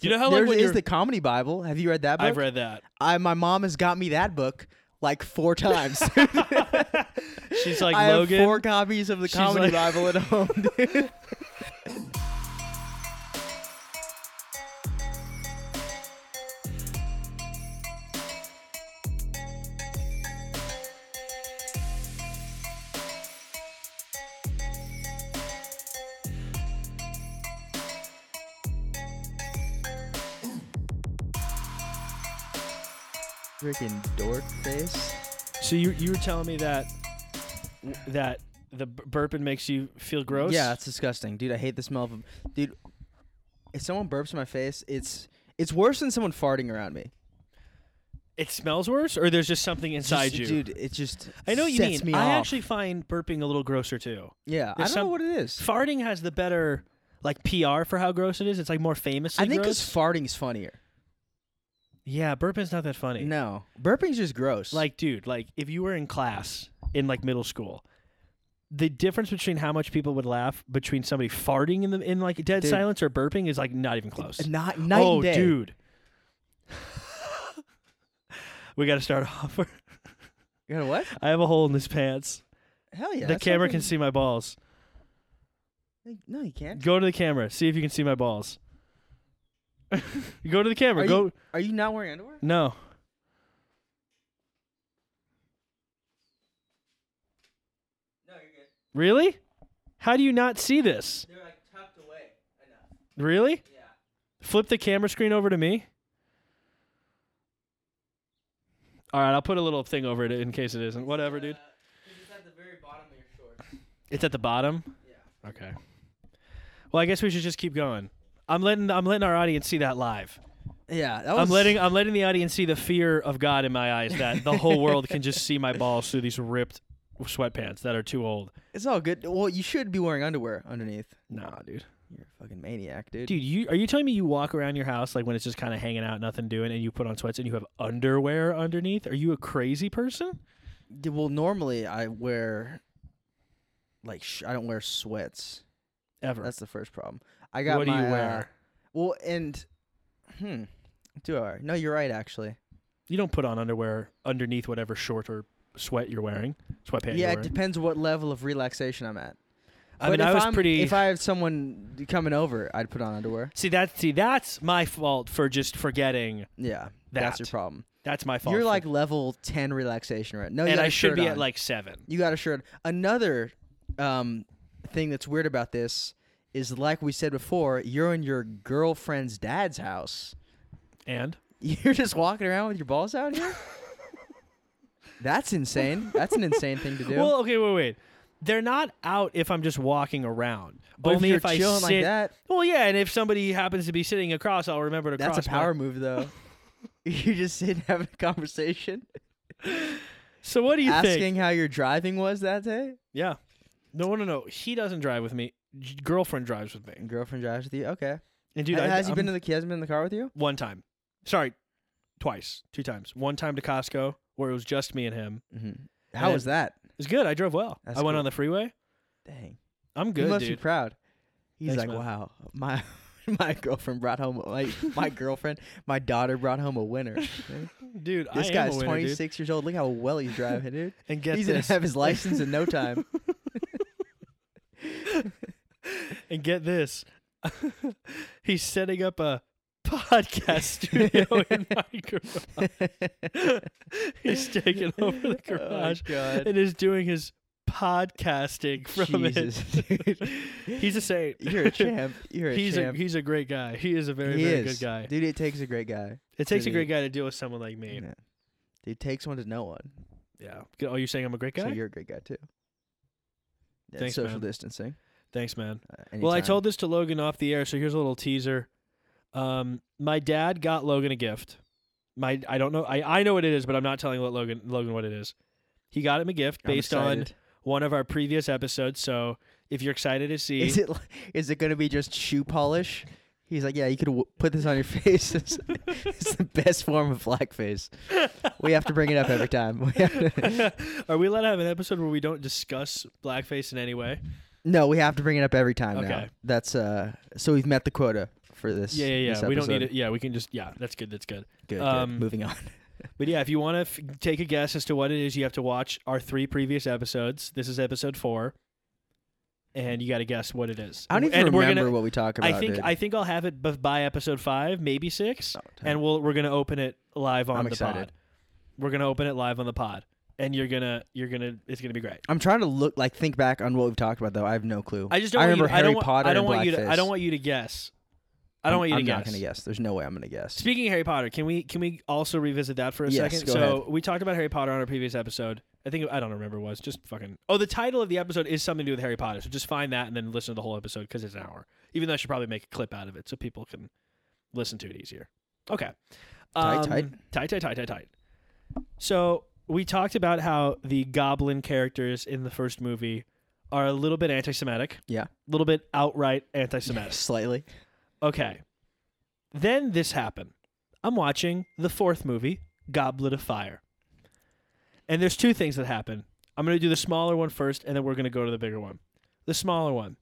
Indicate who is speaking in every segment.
Speaker 1: You know how
Speaker 2: There
Speaker 1: Oh, like
Speaker 2: is
Speaker 1: when you're,
Speaker 2: the comedy Bible. Have you read that book?
Speaker 1: I've read that.
Speaker 2: I my mom has got me that book like four times.
Speaker 1: She's like
Speaker 2: I
Speaker 1: Logan.
Speaker 2: have four copies of the
Speaker 1: She's
Speaker 2: comedy
Speaker 1: like-
Speaker 2: Bible at home. Dude. Freaking dork face.
Speaker 1: So you you were telling me that that the b- burping makes you feel gross.
Speaker 2: Yeah, it's disgusting, dude. I hate the smell of them. Dude, if someone burps in my face, it's it's worse than someone farting around me.
Speaker 1: it smells worse, or there's just something inside
Speaker 2: Just-
Speaker 1: you.
Speaker 2: dude. It just
Speaker 1: I know what you
Speaker 2: sets
Speaker 1: mean.
Speaker 2: Me
Speaker 1: I
Speaker 2: off.
Speaker 1: actually find burping a little grosser too.
Speaker 2: yeah, I
Speaker 1: there's
Speaker 2: don't know
Speaker 1: some-
Speaker 2: what it is.
Speaker 1: Farting has the better like PR for how gross it is. It's like more famous.
Speaker 2: I think
Speaker 1: gross.
Speaker 2: because farting is funnier.
Speaker 1: yeah, burping's not that funny.
Speaker 2: No, burping's just gross.
Speaker 1: Like, dude, like if you were in class in like middle school, the difference between how much people would laugh between somebody farting in the in like dead
Speaker 2: Dude.
Speaker 1: silence or burping is like not even close.
Speaker 2: not night
Speaker 1: oh,
Speaker 2: and day.
Speaker 1: dude. we got to start off.
Speaker 2: You know what?
Speaker 1: I have a hole in his pants.
Speaker 2: Hell yeah.
Speaker 1: the
Speaker 2: that's
Speaker 1: camera
Speaker 2: fucking-
Speaker 1: can see my balls.
Speaker 2: like, No, you can't.
Speaker 1: Go to the camera. See if you can see my balls. Go to the camera.
Speaker 2: Are
Speaker 1: Go.
Speaker 2: you- Are you not wearing underwear?
Speaker 1: No.
Speaker 2: No, you're good.
Speaker 1: Really? How do you not see this?
Speaker 2: They're like tucked away enough.
Speaker 1: Really?
Speaker 2: Yeah.
Speaker 1: Flip the camera screen over to me. All right, I'll put a little thing over it in case it isn't. Whatever, dude.
Speaker 2: Uh, It's at the very bottom of your shorts.
Speaker 1: It's at the bottom.
Speaker 2: Yeah.
Speaker 1: Okay. Well, I guess we should just keep going. I'm letting I'm letting our audience see that live.
Speaker 2: Yeah. That was,
Speaker 1: I'm letting I'm letting the audience see the fear of God in my eyes that the whole world can just see my balls through these ripped sweatpants that are too old.
Speaker 2: It's all good. Well, you should be wearing underwear underneath.
Speaker 1: Nah, dude.
Speaker 2: You're a fucking maniac, dude.
Speaker 1: Dude, you are you telling me you walk around your house like when it's just kind of hanging out, nothing doing, and you put on sweats and you have underwear underneath? Are you a crazy person?
Speaker 2: D- Well, normally I wear like sh- I don't wear sweats.
Speaker 1: Ever?
Speaker 2: That's the first problem. I got
Speaker 1: what
Speaker 2: my,
Speaker 1: do you
Speaker 2: uh,
Speaker 1: wear?
Speaker 2: well, and hmm, do I? wear- No, you're right. Actually,
Speaker 1: You don't put on underwear underneath whatever short or sweat you're wearing, sweatpants. you're
Speaker 2: yeah, it
Speaker 1: wearing.
Speaker 2: depends what level of relaxation I'm at.
Speaker 1: I mean,
Speaker 2: if
Speaker 1: I was
Speaker 2: I'm-
Speaker 1: pretty.
Speaker 2: If I have someone d- coming over, I'd put on underwear.
Speaker 1: See that? See that's my fault for just forgetting.
Speaker 2: Yeah, that's your
Speaker 1: That.
Speaker 2: problem.
Speaker 1: That's my fault.
Speaker 2: You're
Speaker 1: for-
Speaker 2: like level ten relaxation right? No, you
Speaker 1: and
Speaker 2: got
Speaker 1: I
Speaker 2: a
Speaker 1: should
Speaker 2: shirt
Speaker 1: be
Speaker 2: on.
Speaker 1: at like seven.
Speaker 2: You got a shirt. Another um, thing that's weird about this is, like we said before, you're in your girlfriend's dad's house.
Speaker 1: And
Speaker 2: You're just walking around with your balls out here. that's insane. That's an insane thing to do.
Speaker 1: well, okay, wait, wait. They're not out if I'm just walking around.
Speaker 2: but
Speaker 1: Only
Speaker 2: if you're
Speaker 1: I
Speaker 2: chilling
Speaker 1: sit.
Speaker 2: like that,
Speaker 1: Well, yeah, and if somebody happens to be sitting across, I'll remember to
Speaker 2: that's
Speaker 1: cross.
Speaker 2: a power move, though. you just sit and having a conversation,
Speaker 1: my- So what do you
Speaker 2: asking
Speaker 1: think?
Speaker 2: how your driving was that day.
Speaker 1: Yeah. No, no, no, no. He doesn't drive with me. J- Girlfriend drives with me.
Speaker 2: And girlfriend drives with you. Okay.
Speaker 1: And dude,
Speaker 2: Ha-
Speaker 1: I,
Speaker 2: has he been in
Speaker 1: I'm-
Speaker 2: the he hasn't been in the car with you?
Speaker 1: one time? Sorry, twice, two times. One time to Costco where it was just me and him.
Speaker 2: Mm-hmm. How was that?
Speaker 1: It was good. I drove well.
Speaker 2: That's
Speaker 1: I went
Speaker 2: cool.
Speaker 1: on the freeway.
Speaker 2: Dang.
Speaker 1: I'm
Speaker 2: he
Speaker 1: good,
Speaker 2: must
Speaker 1: dude.
Speaker 2: be proud. He's
Speaker 1: Thanks,
Speaker 2: like,
Speaker 1: man.
Speaker 2: wow, my my girlfriend brought home my my girlfriend, my daughter brought home a winner. dude.
Speaker 1: Dude, I
Speaker 2: This
Speaker 1: am
Speaker 2: guy's
Speaker 1: a winner,
Speaker 2: twenty
Speaker 1: dude.
Speaker 2: six years old. Look how well he's driving, dude.
Speaker 1: And get
Speaker 2: he's
Speaker 1: this.
Speaker 2: gonna have his license in no time.
Speaker 1: and get this. He's setting up a podcast studio in my garage. He's taking over the
Speaker 2: Oh my
Speaker 1: garage
Speaker 2: god,
Speaker 1: and is doing his podcasting from
Speaker 2: Jesus,
Speaker 1: it.
Speaker 2: dude.
Speaker 1: he's a saint.
Speaker 2: You're a champ. You're a
Speaker 1: he's
Speaker 2: champ.
Speaker 1: a he's a great guy. He is a very
Speaker 2: He
Speaker 1: very
Speaker 2: is.
Speaker 1: good guy.
Speaker 2: dude. It takes a great guy.
Speaker 1: It takes a
Speaker 2: dude,
Speaker 1: great guy to deal with someone like me.
Speaker 2: Yeah. Dude, it takes one to know one.
Speaker 1: Yeah. Good- Oh, you're saying I'm a great
Speaker 2: So
Speaker 1: guy?
Speaker 2: you're a great guy too. Yeah,
Speaker 1: Thanks,
Speaker 2: social
Speaker 1: man.
Speaker 2: distancing.
Speaker 1: Thanks, man.
Speaker 2: uh,
Speaker 1: Well, I
Speaker 2: anytime.
Speaker 1: told this to Logan off the air, so here's a little teaser. Um, my dad got Logan a gift. My I don't know I, I know what it is, but I'm not telling what Logan Logan what it is. He got him a gift
Speaker 2: I'm
Speaker 1: based on
Speaker 2: excited.
Speaker 1: one of our previous episodes. So if you're excited to see,
Speaker 2: Is it li- is it gonna be just shoe polish? He's like, yeah, you could w- put this on your face. It's, it's the best form of blackface. We have to bring it up every time. We have to,
Speaker 1: are we allowed to have an episode where we don't discuss blackface in any way?
Speaker 2: no, we have to bring it up every time now.
Speaker 1: Okay.
Speaker 2: That's uh. So we've met the quota. for this.
Speaker 1: yeah, yeah,
Speaker 2: this
Speaker 1: yeah. We don't need
Speaker 2: episode.
Speaker 1: it. Yeah, we can just. Yeah, that's good. That's good.
Speaker 2: Good, good.
Speaker 1: Um,
Speaker 2: Moving on.
Speaker 1: But yeah, if you want to f- take a guess as to what it is, you have to watch our three previous episodes. This is episode four, and you got to guess what it is.
Speaker 2: I don't even
Speaker 1: and we're
Speaker 2: remember
Speaker 1: gonna,
Speaker 2: what we talk about.
Speaker 1: I think
Speaker 2: dude.
Speaker 1: I think I'll have it b- by episode five, maybe six,
Speaker 2: Oh,
Speaker 1: and we'll we're gonna open it live on
Speaker 2: I'm
Speaker 1: the
Speaker 2: excited.
Speaker 1: pod. We're gonna open it live on the pod, and you're gonna you're gonna it's gonna be great.
Speaker 2: I'm trying to look like think back on what we've talked about though. I have no clue.
Speaker 1: I just don't.
Speaker 2: I
Speaker 1: want
Speaker 2: remember
Speaker 1: you to, I
Speaker 2: Harry
Speaker 1: don't want,
Speaker 2: Potter
Speaker 1: I don't
Speaker 2: and
Speaker 1: want you to. I
Speaker 2: blackface.
Speaker 1: don't want you to guess. I don't want you
Speaker 2: I'm
Speaker 1: to guess.
Speaker 2: not gonna guess. There's no way I'm gonna guess.
Speaker 1: Speaking of Harry Potter, can we can we also revisit that for a
Speaker 2: Yes,
Speaker 1: second?
Speaker 2: go
Speaker 1: so we talked about Harry Potter on our previous episode. I think I don't remember what it was just fucking. Oh, the title of the episode is something to do with Harry Potter. So just find that and then listen to the whole episode because it's an hour. Even though I should probably make a clip out of it so people can listen to it easier. Okay.
Speaker 2: Tight,
Speaker 1: Um,
Speaker 2: tight.
Speaker 1: tight, tight, tight, tight, tight. So we talked about how the goblin characters in the first movie are a little bit anti-Semitic.
Speaker 2: Yeah.
Speaker 1: A little bit outright anti-Semitic.
Speaker 2: Slightly.
Speaker 1: Okay. Then this happened. I'm watching the fourth movie, Goblet of Fire. And there's two things that happen. I'm going to do the smaller one first and then we're going to go to the bigger one. The smaller one.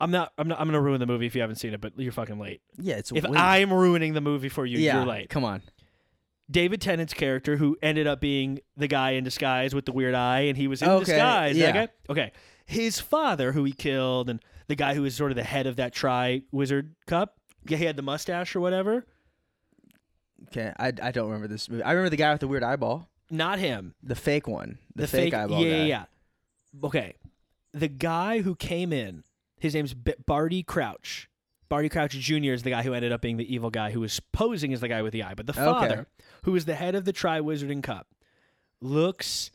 Speaker 1: I'm not I'm not I'm going to ruin the movie if you haven't seen it, but you're fucking late.
Speaker 2: Yeah, it's
Speaker 1: If
Speaker 2: way-
Speaker 1: I'm ruining the movie for you,
Speaker 2: yeah,
Speaker 1: you're late.
Speaker 2: Come on.
Speaker 1: David Tennant's character, who ended up being the guy in disguise with the weird eye, and he was in
Speaker 2: Okay,
Speaker 1: disguise.
Speaker 2: yeah.
Speaker 1: Okay. Okay. His father, who he killed, and the guy who was sort of the head of that Tri Wizard Cup. Yeah, he had the mustache or whatever.
Speaker 2: Okay. I, I don't remember this movie. I remember the guy with the weird eyeball.
Speaker 1: Not him.
Speaker 2: The fake one. The, fake, eyeball.
Speaker 1: Yeah,
Speaker 2: guy.
Speaker 1: yeah, yeah. Okay. The guy who came in, his name's B- Barty Crouch. Barty Crouch Jr. is the guy who ended up being the evil guy who was posing as the guy with the eye. But the
Speaker 2: Okay.
Speaker 1: father, who is the head of the Tri Wizarding Cup, looks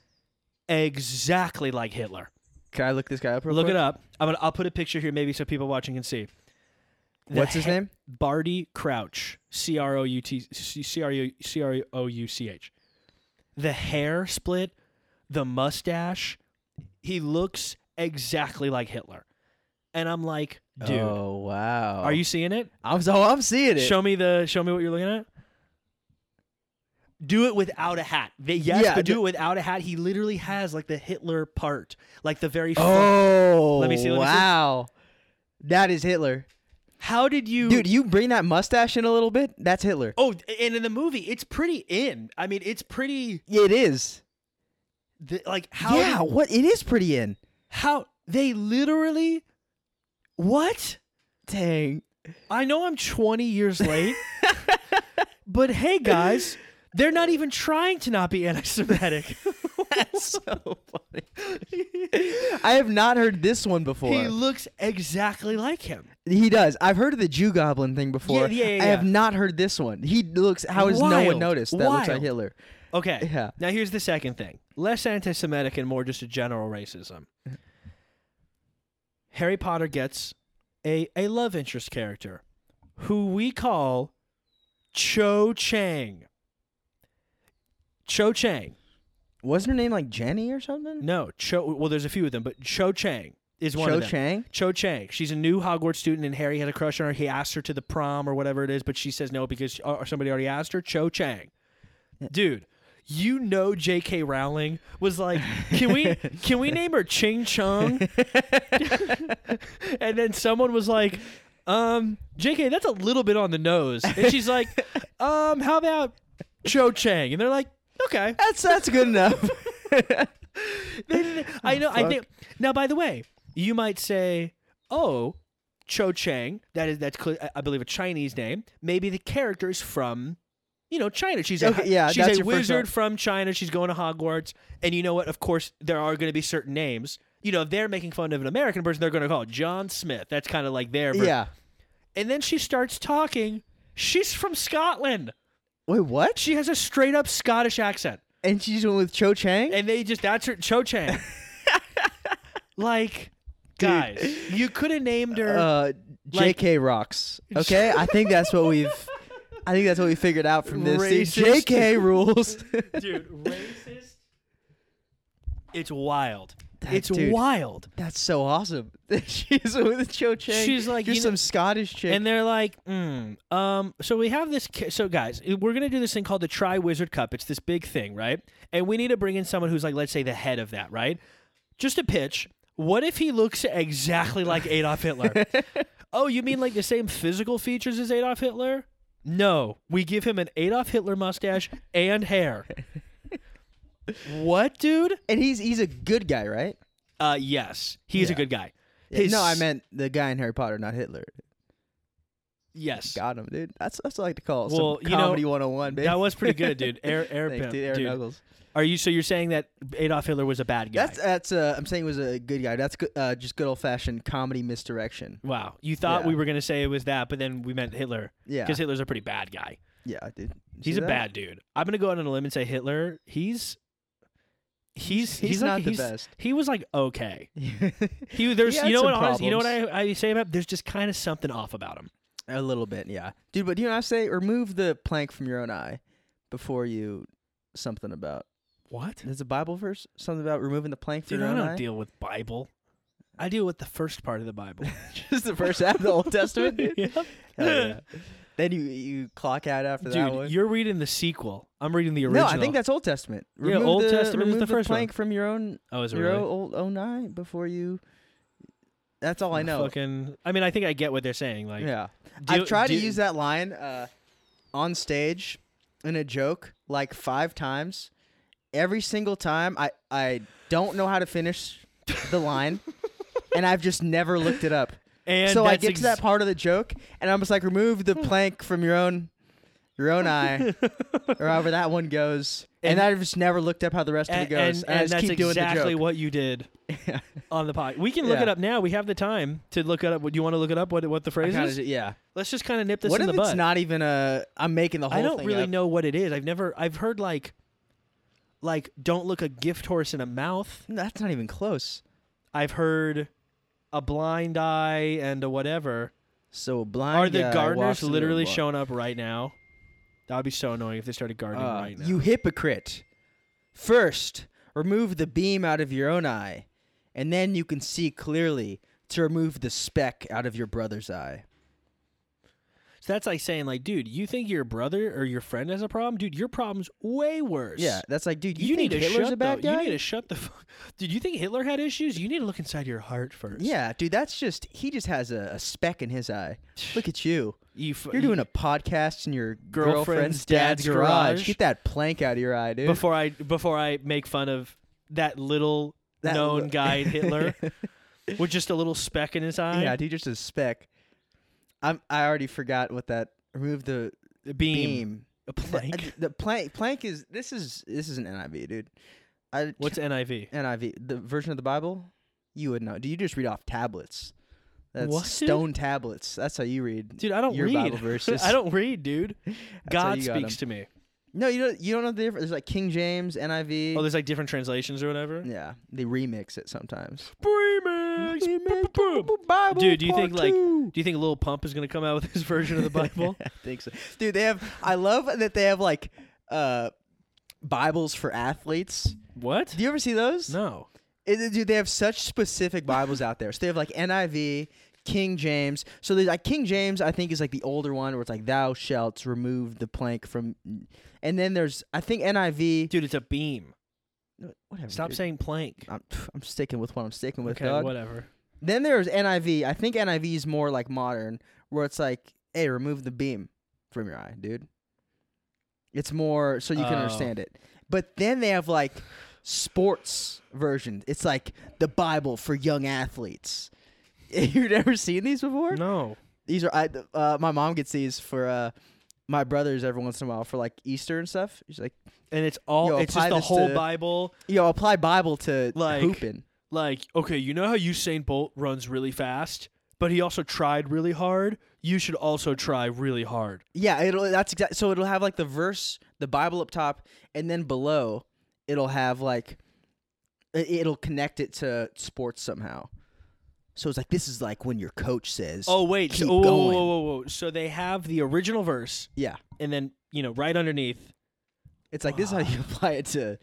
Speaker 1: exactly like Hitler.
Speaker 2: Can I look this guy up real
Speaker 1: Look
Speaker 2: quick?
Speaker 1: it up. I'm gonna. I'll put a picture here, maybe, so people watching can see. The
Speaker 2: What's his
Speaker 1: he-
Speaker 2: name?
Speaker 1: Barty Crouch. C R O U T C- C R O C R O U C H. The hair split, the mustache. He looks exactly like Hitler, and I'm like, dude,
Speaker 2: Oh wow.
Speaker 1: are you seeing it?
Speaker 2: I'm so I'm seeing it.
Speaker 1: Show me the. Show me what you're looking at. Do it without a hat. The- Yes,
Speaker 2: Yeah,
Speaker 1: but do
Speaker 2: the-
Speaker 1: it without a hat. He literally has like the Hitler part, like the very. front-
Speaker 2: oh.
Speaker 1: Let me see, let me see.
Speaker 2: wow. That is Hitler.
Speaker 1: How did you,
Speaker 2: Dude, you bring that mustache in a little bit. That's Hitler.
Speaker 1: Oh, and in the movie, it's pretty in. I mean, it's pretty
Speaker 2: Yeah, It is.
Speaker 1: th- like how
Speaker 2: yeah.
Speaker 1: did-
Speaker 2: what? It is pretty in.
Speaker 1: how they literally what?
Speaker 2: Dang.
Speaker 1: I know I'm 20 years late, but hey guys, they're not even trying to not be anti-Semitic.
Speaker 2: That's so funny. I have not heard this one before.
Speaker 1: he
Speaker 2: He,
Speaker 1: looks exactly like him.
Speaker 2: does. I've heard of the Jew goblin thing before.
Speaker 1: yeah, yeah,
Speaker 2: I have
Speaker 1: yeah.
Speaker 2: not heard this one. He looks. How has no
Speaker 1: Wild,
Speaker 2: one noticed that looks like
Speaker 1: wild.
Speaker 2: Hitler?
Speaker 1: Okay.
Speaker 2: Yeah.
Speaker 1: Now here's the second thing. Less anti-Semitic and more just a general racism. Harry Potter gets a, a love interest character who we call Cho Chang. Cho Chang.
Speaker 2: Wasn't her name like Jenny or something?
Speaker 1: No, Cho well there's a few of them, but Cho Chang is one
Speaker 2: Cho
Speaker 1: of them.
Speaker 2: Chang.
Speaker 1: Cho Chang. She's a new Hogwarts student, and Harry had a crush on her. He asked her to the prom or whatever it is, but she says no because uh, or somebody already asked her. Cho Chang, dude, you know J.K. Rowling was like, can we can we name her Ching Chung? and then someone was like, um, J.K. That's a little bit on the nose, and she's like, um, how about Cho Chang? And they're like, okay.
Speaker 2: That's that's good enough.
Speaker 1: I know. I
Speaker 2: Oh, Fuck.
Speaker 1: think. Now, by the way, you might say, "Oh, Cho Chang. That is that's cl- I- I believe a Chinese name. Maybe the character is from, you know, China. She's a
Speaker 2: Okay, yeah,
Speaker 1: she's a
Speaker 2: that's your first
Speaker 1: wizard
Speaker 2: thought.
Speaker 1: from China. She's going to Hogwarts. And you know what? Of course, there are going to be certain names. You know, if they're making fun of an American person. They're going to call it John Smith. That's kind of like their. ver-
Speaker 2: yeah.
Speaker 1: And then she starts talking. She's from Scotland.
Speaker 2: Wait, what?
Speaker 1: She has a straight up Scottish accent.
Speaker 2: And she's doing with Cho Chang.
Speaker 1: and they just that's her Cho Chang. like,
Speaker 2: Dude.
Speaker 1: guys, you could have named her.
Speaker 2: uh,
Speaker 1: like-
Speaker 2: J.K. rocks. Okay, I think that's what we've. I think that's what we figured out from this. See,
Speaker 1: Racist.
Speaker 2: J.K. rules.
Speaker 1: dude, racist. It's wild.
Speaker 2: That
Speaker 1: it's
Speaker 2: dude.
Speaker 1: wild.
Speaker 2: That's so awesome. She's with Cho Chang.
Speaker 1: She's like,
Speaker 2: You're
Speaker 1: you know-
Speaker 2: some Scottish chick.
Speaker 1: And they're like, mm, um, so we have this. Ca- so guys, we're gonna do this thing called the Tri Wizard Cup. It's this big thing, right? And we need to bring in someone who's like, let's say, the head of that, right? Just a pitch. What if he looks exactly like Adolf Hitler? oh, you mean like the same physical features as Adolf Hitler? No, we give him an Adolf Hitler mustache and hair. what, dude?
Speaker 2: And he's he's a good guy, right?
Speaker 1: Uh, yes, he's a
Speaker 2: Yeah.
Speaker 1: good guy.
Speaker 2: Yeah,
Speaker 1: His-
Speaker 2: No, I meant the guy in Harry Potter, not Hitler.
Speaker 1: Yes,
Speaker 2: Got him, dude. That's that's what I like to call it. Some
Speaker 1: Well, you know,
Speaker 2: comedy 101, baby.
Speaker 1: that was pretty good, dude. Air, air,
Speaker 2: Thanks,
Speaker 1: pimp,
Speaker 2: dude. Aaron
Speaker 1: dude.
Speaker 2: Knuckles.
Speaker 1: Are you so you're saying that Adolf Hitler was a bad guy?
Speaker 2: That's that's uh, I'm saying he was a good guy. That's good, uh, just good old fashioned comedy misdirection.
Speaker 1: wow, you thought
Speaker 2: Yeah.
Speaker 1: we were gonna say it was that, but then we meant Hitler
Speaker 2: Yeah,
Speaker 1: because Hitler's a pretty bad guy.
Speaker 2: yeah, dude.
Speaker 1: He's a bad dude. I'm gonna go out on a limb and say Hitler. He's he's he's,
Speaker 2: He's,
Speaker 1: like-
Speaker 2: not the
Speaker 1: he's-
Speaker 2: best.
Speaker 1: He was like okay. He there's
Speaker 2: He had
Speaker 1: you know
Speaker 2: some
Speaker 1: what honest, you know what I, I say about there's just kind of something off about him.
Speaker 2: a little bit, yeah, dude. But you know what I say? Remove the plank from your own eye before you something about.
Speaker 1: What?
Speaker 2: There's a Bible verse something about removing the plank
Speaker 1: Dude,
Speaker 2: from your
Speaker 1: I
Speaker 2: own
Speaker 1: don't
Speaker 2: eye.
Speaker 1: deal with Bible. I deal with the first part of the Bible.
Speaker 2: just the first half of the Old Testament. Dude.
Speaker 1: Yep.
Speaker 2: Hell yeah. Then you you clock out after that one.
Speaker 1: Dude, you're reading the sequel. I'm reading the
Speaker 2: no,
Speaker 1: original.
Speaker 2: I think that's Old Testament.
Speaker 1: Yeah,
Speaker 2: Remove
Speaker 1: Old
Speaker 2: the,
Speaker 1: Testament is
Speaker 2: remove
Speaker 1: the first one.
Speaker 2: plank from your own
Speaker 1: Oh, is it
Speaker 2: your
Speaker 1: really?
Speaker 2: old own eye before you. That's all Oh, I know.
Speaker 1: Fucking. I mean, I think I get what they're saying. Like,
Speaker 2: yeah,
Speaker 1: do-
Speaker 2: I've tried
Speaker 1: do-
Speaker 2: to use that line uh, on stage in a joke like five times. Every single time, I I don't know how to finish the line, and I've just never looked it up.
Speaker 1: And
Speaker 2: so I
Speaker 1: that's
Speaker 2: get to that
Speaker 1: ex-
Speaker 2: part of the joke, and I'm just like, remove the plank from your own, your own eye, or however that one goes. And,
Speaker 1: And-
Speaker 2: I've just never looked up how the rest of
Speaker 1: and,
Speaker 2: it
Speaker 1: and,
Speaker 2: goes, and, I
Speaker 1: and
Speaker 2: just
Speaker 1: that's
Speaker 2: keep doing
Speaker 1: exactly
Speaker 2: the joke.
Speaker 1: what you did on the pod. We can look
Speaker 2: Yeah.
Speaker 1: it up now. We have the time to look it up. Do you want to look it up? What what the
Speaker 2: I
Speaker 1: phrase
Speaker 2: kinda
Speaker 1: is?
Speaker 2: ju- yeah.
Speaker 1: Let's just kind of nip this
Speaker 2: what
Speaker 1: in
Speaker 2: if
Speaker 1: the
Speaker 2: it's
Speaker 1: bud.
Speaker 2: not even a? I'm making the whole
Speaker 1: I don't
Speaker 2: thing
Speaker 1: really
Speaker 2: up.
Speaker 1: know what it is. I've never. I've heard like, like don't look a gift horse in a mouth.
Speaker 2: No, That's not even close.
Speaker 1: I've heard a blind eye and a whatever.
Speaker 2: So a blind.
Speaker 1: Are the
Speaker 2: guy walks
Speaker 1: gardeners
Speaker 2: into a
Speaker 1: literally
Speaker 2: bar-
Speaker 1: showing up right now? That would be so annoying if they started gardening
Speaker 2: Uh,
Speaker 1: right now.
Speaker 2: You hypocrite! First, remove the beam out of your own eye, and then you can see clearly to remove the speck out of your brother's eye.
Speaker 1: So that's like saying, like, dude, you think your brother or your friend has a problem? Dude, your problem's way worse.
Speaker 2: Yeah, that's like, dude,
Speaker 1: You,
Speaker 2: you, think
Speaker 1: need to
Speaker 2: Hitler's
Speaker 1: shut
Speaker 2: a bad
Speaker 1: the,
Speaker 2: guy?
Speaker 1: You need to shut the fuck. Dude, you think Hitler had issues? You need to look inside your heart first.
Speaker 2: yeah, dude, that's just he just has a, a speck in his eye. Look at you.
Speaker 1: You f-
Speaker 2: You're doing a podcast in your
Speaker 1: Girlfriend's
Speaker 2: girlfriend's,
Speaker 1: dad's
Speaker 2: dad's, garage.
Speaker 1: garage.
Speaker 2: Get that plank out of your eye, dude.
Speaker 1: before I before I make fun of that little
Speaker 2: That
Speaker 1: known
Speaker 2: li-
Speaker 1: guy Hitler with just a little speck in his eye.
Speaker 2: yeah, dude, just a speck. I'm I already forgot what that remove the
Speaker 1: Yeah, beam.
Speaker 2: beam.
Speaker 1: A
Speaker 2: The-
Speaker 1: plank.
Speaker 2: uh, The plank plank is this is this is an NIV, dude. I,
Speaker 1: What's NIV?
Speaker 2: NIV? The version of the Bible? You would know. Do you just read off tablets? That's
Speaker 1: What, dude?
Speaker 2: stone tablets. That's how you read.
Speaker 1: Dude, I don't
Speaker 2: your
Speaker 1: read.
Speaker 2: Bible verses.
Speaker 1: I don't read, dude.
Speaker 2: how
Speaker 1: God
Speaker 2: you got 'em.
Speaker 1: speaks to me.
Speaker 2: No, you don't. You don't know the difference. There's like King James, NIV.
Speaker 1: Oh, there's like different translations or whatever.
Speaker 2: yeah, they remix it sometimes.
Speaker 1: Remix. Boom, boom, boom.
Speaker 2: Bible
Speaker 1: Dude, do you
Speaker 2: part
Speaker 1: think, like,
Speaker 2: two.
Speaker 1: Do you think Lil Pump is gonna come out with his version of the Bible?
Speaker 2: I think so, dude. They have. I love that they have like uh Bibles for athletes.
Speaker 1: what?
Speaker 2: Do you ever see those?
Speaker 1: No.
Speaker 2: It- dude, they have such specific Bibles out there. So they have like NIV, King James. So there's like King James, I think is like the older one where it's like thou shalt remove the plank from, and then there's I think NIV.
Speaker 1: Dude, it's a beam.
Speaker 2: whatever.
Speaker 1: Stop
Speaker 2: dude.
Speaker 1: saying plank.
Speaker 2: I'm, I'm sticking with what I'm sticking with.
Speaker 1: okay,
Speaker 2: dog.
Speaker 1: whatever.
Speaker 2: Then there's NIV. I think NIV is more like modern, where it's like, hey, remove the beam from your eye, dude. It's more so you can
Speaker 1: Oh.
Speaker 2: understand it. But then they have like sports versions. It's like the Bible for young athletes. You've never seen these before?
Speaker 1: No.
Speaker 2: These are I. Uh, my mom gets these for uh, my brothers every once in a while for like Easter and stuff. She's like,
Speaker 1: And it's all
Speaker 2: Yo,
Speaker 1: it's
Speaker 2: apply
Speaker 1: just the
Speaker 2: this
Speaker 1: whole
Speaker 2: to-
Speaker 1: Bible.
Speaker 2: yo, apply Bible to
Speaker 1: Like-
Speaker 2: hooping.
Speaker 1: Like, okay, you know how Usain Bolt runs really fast, but he also tried really hard? You should also try really hard.
Speaker 2: Yeah, it'll that's exact. So it'll have like the verse, the Bible up top, and then below it'll have like it- it'll connect it to sports somehow. So it's like this is like when your coach says,
Speaker 1: Oh wait, so,
Speaker 2: Keep
Speaker 1: whoa, whoa,
Speaker 2: going.
Speaker 1: whoa, whoa, whoa. So they have the original verse
Speaker 2: yeah."
Speaker 1: and then, you know, right underneath.
Speaker 2: It's like this is how you apply it to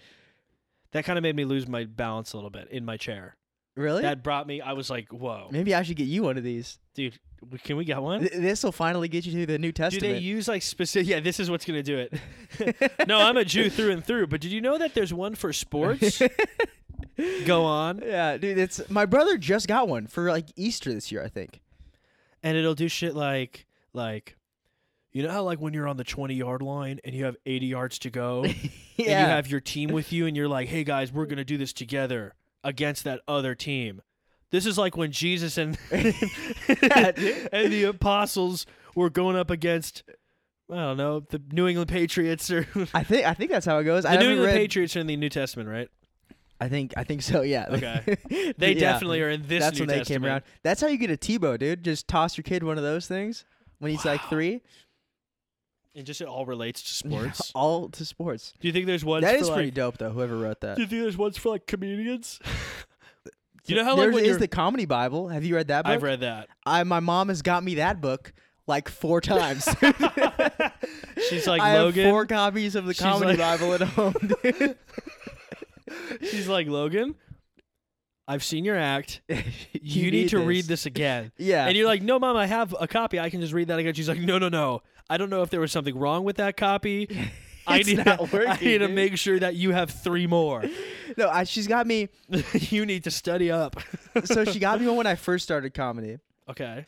Speaker 1: That kind of made me lose my balance a little bit in my chair.
Speaker 2: really.
Speaker 1: That brought me I was like, whoa.
Speaker 2: Maybe I should get you one of these.
Speaker 1: Dude, w- can we get one?
Speaker 2: This will finally get you to the New
Speaker 1: Do they
Speaker 2: Testament.
Speaker 1: use like specific? Yeah, this is what's gonna do it. no, I'm a Jew through and through. But did you know that there's one for sports? Go on.
Speaker 2: yeah, dude, it's my brother just got one for like Easter this year, I think.
Speaker 1: and it'll do shit like like you know how like when you're on the 20 yard line and you have 80 yards to go and you have your team with you and you're like, "Hey guys, we're going to do this together against that other team." This is like when Jesus and
Speaker 2: Yeah, dude.
Speaker 1: and the apostles were going up against I don't know, the New England Patriots or the
Speaker 2: I think I think that's how it goes.
Speaker 1: New
Speaker 2: I haven't
Speaker 1: England
Speaker 2: read.
Speaker 1: Patriots are in the New Testament, right?
Speaker 2: I think I think so. Yeah.
Speaker 1: Okay. They
Speaker 2: Yeah.
Speaker 1: definitely are in this
Speaker 2: That's
Speaker 1: New
Speaker 2: when they
Speaker 1: Testament.
Speaker 2: came around. That's how you get a Tebow, dude. Just toss your kid one of those things when he's like
Speaker 1: Wow.
Speaker 2: three.
Speaker 1: It just it all relates to sports.
Speaker 2: All to sports.
Speaker 1: Do you think there's ones
Speaker 2: that
Speaker 1: for
Speaker 2: is
Speaker 1: like,
Speaker 2: pretty dope, though. Whoever wrote that.
Speaker 1: Do you think there's ones for like comedians? you know how
Speaker 2: There
Speaker 1: like
Speaker 2: is
Speaker 1: when you're,
Speaker 2: the comedy Bible. Have you read that book?
Speaker 1: I've read that.
Speaker 2: I my mom has got me that book like four times.
Speaker 1: She's like
Speaker 2: I
Speaker 1: Logan.
Speaker 2: have four copies of the
Speaker 1: She's
Speaker 2: comedy
Speaker 1: like-
Speaker 2: Bible at home. Dude.
Speaker 1: She's like Logan. I've seen your act. You, need, to read this again.
Speaker 2: Yeah.
Speaker 1: And you're like, no, mom, I have a copy. I can just read that again. She's like, no, no, no. I don't know if there was something wrong with that copy. I
Speaker 2: It's
Speaker 1: need,
Speaker 2: not
Speaker 1: I
Speaker 2: working,
Speaker 1: need to
Speaker 2: dude.
Speaker 1: make sure that you have three more.
Speaker 2: no, I, she's got me.
Speaker 1: you need to study up.
Speaker 2: So she got me one when I first started comedy,
Speaker 1: okay.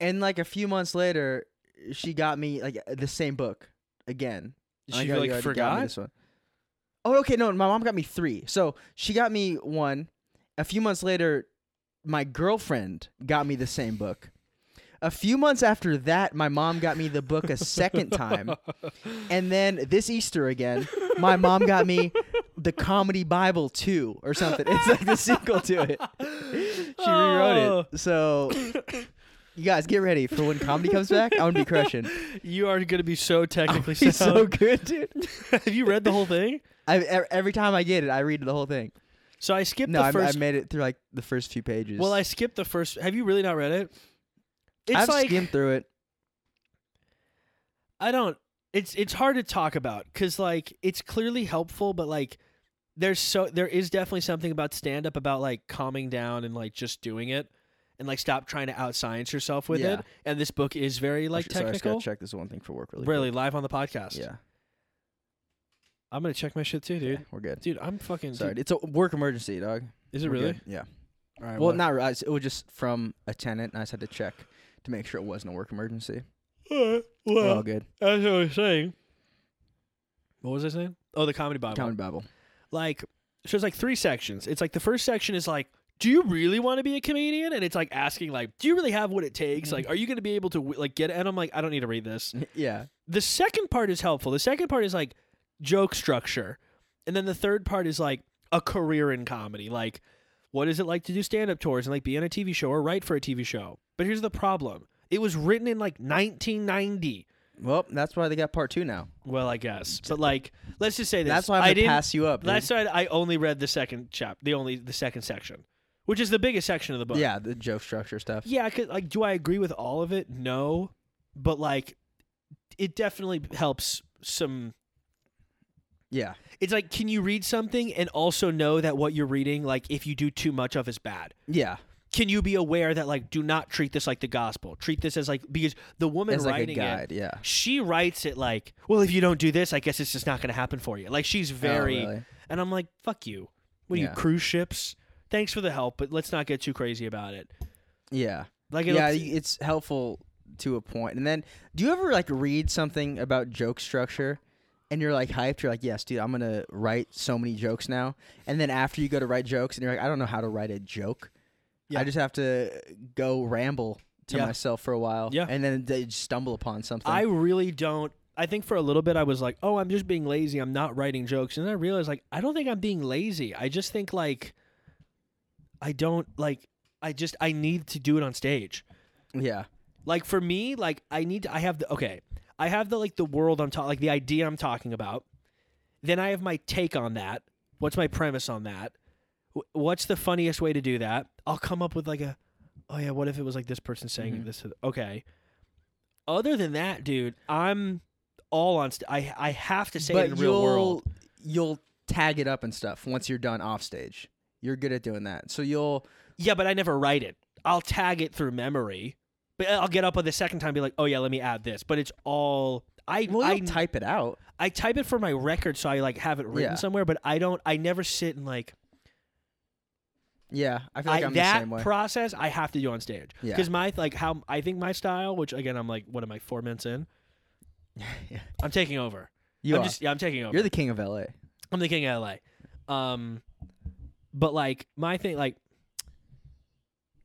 Speaker 2: and like a few months later, she got me like the same book again.
Speaker 1: She,
Speaker 2: I got-
Speaker 1: like,
Speaker 2: you already got me
Speaker 1: forgot?
Speaker 2: this one. Oh, okay. No, my mom got me three. So she got me one. A few months later, my girlfriend got me the same book. A few months after that, my mom got me the book a second time. And then this Easter again, my mom got me the Comedy Bible 2 or something. It's like the sequel to it. She
Speaker 1: Oh.
Speaker 2: rewrote it. So you guys get ready for when comedy comes back. I'm going to be crushing.
Speaker 1: You are going to be so technically
Speaker 2: He's so
Speaker 1: sound.
Speaker 2: good, dude.
Speaker 1: have you read the whole thing?
Speaker 2: I, e- every time I get it, I read the whole thing.
Speaker 1: So I skipped
Speaker 2: No,
Speaker 1: the
Speaker 2: I, I
Speaker 1: first.
Speaker 2: made it through like the first few pages.
Speaker 1: well, I skipped the first. Have you really not read it? It's
Speaker 2: I've
Speaker 1: like
Speaker 2: skimmed through it.
Speaker 1: I don't. It's it's hard to talk about because like it's clearly helpful, but like there's so there is definitely something about stand up about like calming down and like just doing it and like stop trying to out science yourself with
Speaker 2: Yeah.
Speaker 1: it. And this book is very like
Speaker 2: Sorry, I just gotta
Speaker 1: technical.
Speaker 2: check this one thing for work really. quick.
Speaker 1: really live on the podcast.
Speaker 2: Yeah,
Speaker 1: I'm gonna check my shit too, dude.
Speaker 2: we're good.
Speaker 1: Dude, I'm fucking.
Speaker 2: Sorry,
Speaker 1: dude,
Speaker 2: it's a work emergency, dog.
Speaker 1: is it
Speaker 2: We're
Speaker 1: really?
Speaker 2: good. Yeah.
Speaker 1: All right.
Speaker 2: Well, not realize it was just from a tenant, and I just had to check to make sure it wasn't a work emergency.
Speaker 1: Well,
Speaker 2: We're all good.
Speaker 1: as I was saying. What was I saying? Oh, the comedy Bible.
Speaker 2: Comedy Bible.
Speaker 1: like so it's like three sections it's like the first section is like do you really want to be a comedian and it's like asking like do you really have what it takes like are you going to be able to w- like get it and i'm like i don't need to read this
Speaker 2: yeah.
Speaker 1: the second part is helpful the second part is like joke structure and then the third part is like a career in comedy like what is it like to do stand-up tours and like be on a tv show or write for a tv show but here's the problem it was written in like 1990
Speaker 2: Well, that's why they got part two now.
Speaker 1: well i guess but like let's just say this
Speaker 2: That's why I'm
Speaker 1: I
Speaker 2: gonna
Speaker 1: didn't
Speaker 2: pass you up. dude.
Speaker 1: Last night I only read the second chap, the only the second section, which is the biggest section of the book.
Speaker 2: yeah, the joke structure stuff.
Speaker 1: yeah. I could, like, do I agree with all of it? No, but like, it definitely helps some.
Speaker 2: Yeah.
Speaker 1: It's like, can you read something and also know that what you're reading, like, if you do too much of, is bad?
Speaker 2: Yeah.
Speaker 1: Can you be aware that like, do not treat this like the gospel? Treat this as like because the woman
Speaker 2: It's like a
Speaker 1: writing it,
Speaker 2: guide. Yeah.
Speaker 1: she writes it like, well, if you don't do this, I guess it's just not going to happen for you. Like, she's very.
Speaker 2: Oh, really?
Speaker 1: And I'm like, fuck you. What are
Speaker 2: Yeah.
Speaker 1: you, cruise ships? Thanks for the help, but let's not get too crazy about it.
Speaker 2: Yeah.
Speaker 1: Like, it'll,
Speaker 2: Yeah. It's helpful to a point. And then, do you ever like read something about joke structure? And you're like hyped. You're like, yes, dude, I'm gonna write so many jokes now. And then after you go to write jokes, and you're like, I don't know how to write a joke.
Speaker 1: Yeah.
Speaker 2: I just have to go ramble to
Speaker 1: Yeah.
Speaker 2: myself for a while.
Speaker 1: Yeah.
Speaker 2: And then they just stumble upon something.
Speaker 1: I really don't. I think for a little bit, I was like, oh, I'm just being lazy. I'm not writing jokes. And then I realized, like, I don't think I'm being lazy. I just think, like, I don't, like, I just, I need to do it on stage.
Speaker 2: yeah.
Speaker 1: Like, for me, like, I need to, I have the, okay, I have the, like, the world I'm talking, like, the idea I'm talking about. Then I have my take on that. What's my premise on that? Wh- What's the funniest way to do that? I'll come up with like a, oh yeah, what if it was like this person saying
Speaker 2: Mhm.
Speaker 1: this? to th- Okay. Other than that, dude, I'm all on. St- I I have to say it in the real world.
Speaker 2: You'll tag it up and stuff once you're done off stage. You're good at doing that. So you'll
Speaker 1: Yeah, but I never write it. I'll tag it through memory, but I'll get up on the second time and be like, oh yeah, let me add this. But it's all I
Speaker 2: well
Speaker 1: I
Speaker 2: you'll type it out.
Speaker 1: I type it for my record, so I like have it written
Speaker 2: Yeah.
Speaker 1: somewhere. But I don't. I never sit and like.
Speaker 2: Yeah, I feel like I,
Speaker 1: I-
Speaker 2: am
Speaker 1: that
Speaker 2: the same way.
Speaker 1: process I have to do on stage
Speaker 2: Yeah.
Speaker 1: because my like how I think my style, which again I'm like what am I four minutes in?
Speaker 2: Yeah.
Speaker 1: I'm taking over.
Speaker 2: you
Speaker 1: I'm
Speaker 2: are.
Speaker 1: just yeah I'm taking over.
Speaker 2: You're the king of LA.
Speaker 1: I'm the king of LA. Um, but like my thing, like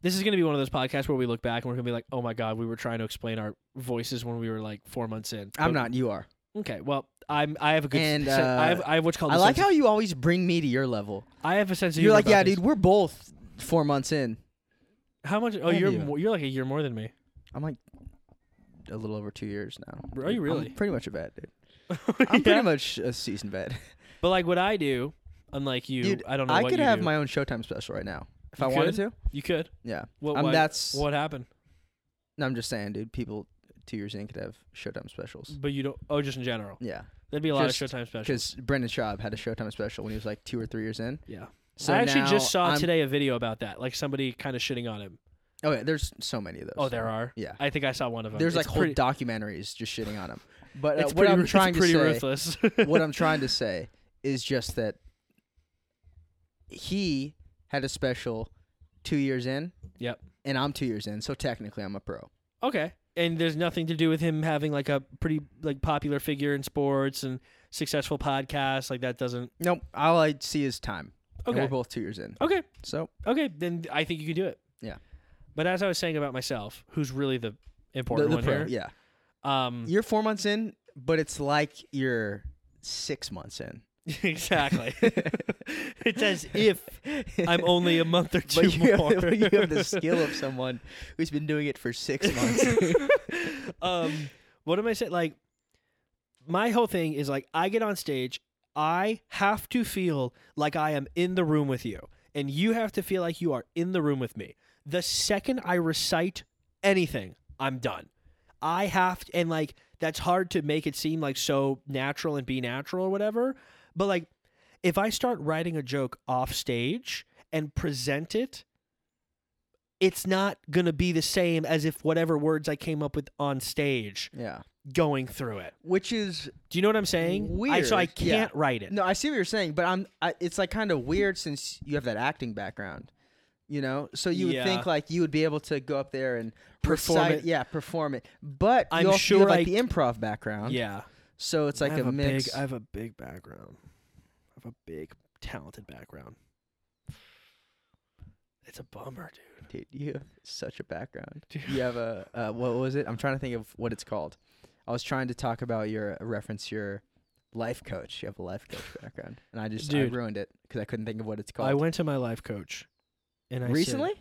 Speaker 1: this is gonna be one of those podcasts where we look back and we're gonna be like, oh my god, we were trying to explain our voices when we were like four months in. But-
Speaker 2: I'm not. You are.
Speaker 1: okay. Well, I'm. I have a good.
Speaker 2: And,
Speaker 1: sen- I have.
Speaker 2: uh,
Speaker 1: I have what's called.
Speaker 2: I
Speaker 1: a
Speaker 2: like
Speaker 1: sense
Speaker 2: how you always bring me to your level.
Speaker 1: of- I have a sense of.
Speaker 2: You're
Speaker 1: humor
Speaker 2: like,
Speaker 1: about
Speaker 2: yeah,
Speaker 1: this.
Speaker 2: dude, we're both four months in.
Speaker 1: How much? Oh,
Speaker 2: Yeah,
Speaker 1: you're
Speaker 2: yeah.
Speaker 1: mo- you're like a year more than me.
Speaker 2: I'm like a little over two years now.
Speaker 1: Are you
Speaker 2: I'm
Speaker 1: really?
Speaker 2: pretty much a vet, dude. I'm
Speaker 1: Yeah.
Speaker 2: pretty much a seasoned vet.
Speaker 1: But like what I do, unlike you,
Speaker 2: Dude,
Speaker 1: I don't know.
Speaker 2: I
Speaker 1: what
Speaker 2: could
Speaker 1: you
Speaker 2: have
Speaker 1: do.
Speaker 2: my own Showtime special right now if
Speaker 1: You
Speaker 2: I
Speaker 1: could?
Speaker 2: wanted to.
Speaker 1: You could.
Speaker 2: Yeah.
Speaker 1: What?
Speaker 2: Um,
Speaker 1: why-
Speaker 2: that's.
Speaker 1: what happened.
Speaker 2: No, I'm just saying, dude. People two years in could have Showtime specials.
Speaker 1: But you don't. Oh, just in general.
Speaker 2: Yeah,
Speaker 1: There'd be a lot of
Speaker 2: Just
Speaker 1: Showtime specials.
Speaker 2: because Brendan Schaub had a Showtime special when he was like two or three years in.
Speaker 1: Yeah.
Speaker 2: So
Speaker 1: I actually
Speaker 2: now
Speaker 1: just saw
Speaker 2: I'm-
Speaker 1: today a video about that, like somebody kind of shitting on him.
Speaker 2: Oh yeah, there's so many of those.
Speaker 1: Oh, there are.
Speaker 2: Yeah.
Speaker 1: I think I saw one of them.
Speaker 2: There's
Speaker 1: It's
Speaker 2: like whole
Speaker 1: pretty-
Speaker 2: documentaries just shitting on him. But uh,
Speaker 1: it's
Speaker 2: what
Speaker 1: pretty,
Speaker 2: I'm
Speaker 1: it's
Speaker 2: trying to
Speaker 1: pretty
Speaker 2: say,
Speaker 1: ruthless.
Speaker 2: what I'm trying to say is just that he had a special two years in.
Speaker 1: Yep.
Speaker 2: And I'm two years in, so technically I'm a pro.
Speaker 1: okay. And there's nothing to do with him having like a pretty like popular figure in sports and successful podcast. Like that doesn't.
Speaker 2: Nope. All I see is time. And
Speaker 1: Okay.
Speaker 2: we're both two years in.
Speaker 1: Okay.
Speaker 2: So
Speaker 1: Okay. Then I think you can do it.
Speaker 2: Yeah.
Speaker 1: But as I was saying about myself, who's really the important
Speaker 2: the, the
Speaker 1: one
Speaker 2: pro,
Speaker 1: here?
Speaker 2: yeah.
Speaker 1: Um,
Speaker 2: You're four months in, but it's like you're six months in.
Speaker 1: exactly. it's as if I'm only a month or two
Speaker 2: but you
Speaker 1: more.
Speaker 2: have, the- you have the skill of someone who's been doing it for six months.
Speaker 1: um, what am I saying? Like, my whole thing is like, I get on stage, I have to feel like I am in the room with you, and you have to feel like you are in the room with me. The second I recite anything, I'm done. I have to, and like, that's hard to make it seem like so natural and be natural or whatever. But like, if I start writing a joke off stage and present it, it's not going to be the same as if whatever words I came up with on stage
Speaker 2: yeah.
Speaker 1: going through it.
Speaker 2: Which is
Speaker 1: Do you know what I'm saying? I, so I
Speaker 2: Weird, yeah.
Speaker 1: can't write it.
Speaker 2: No, I see what you're saying, but I'm. I, it's like kind of weird since you have that acting background, you know. So you would
Speaker 1: Yeah.
Speaker 2: think like you would be able to go up there and
Speaker 1: Perform
Speaker 2: recite-
Speaker 1: it.
Speaker 2: Yeah, perform it. But
Speaker 1: I'm
Speaker 2: you also
Speaker 1: sure
Speaker 2: have like
Speaker 1: I-
Speaker 2: the improv background.
Speaker 1: Yeah.
Speaker 2: So it's like
Speaker 1: I
Speaker 2: a
Speaker 1: have
Speaker 2: mix.
Speaker 1: Big, I have a big background. I have a big, talented background. It's a bummer, dude.
Speaker 2: Dude, you have such a background.
Speaker 1: Dude.
Speaker 2: You have a uh, what was it? I'm trying to think of what it's called. I was trying to talk about your uh, reference your life coach. You have a life coach background, and I just
Speaker 1: Dude.
Speaker 2: I ruined it because I couldn't think of what it's called.
Speaker 1: I went to my life coach, and I said-
Speaker 2: recently.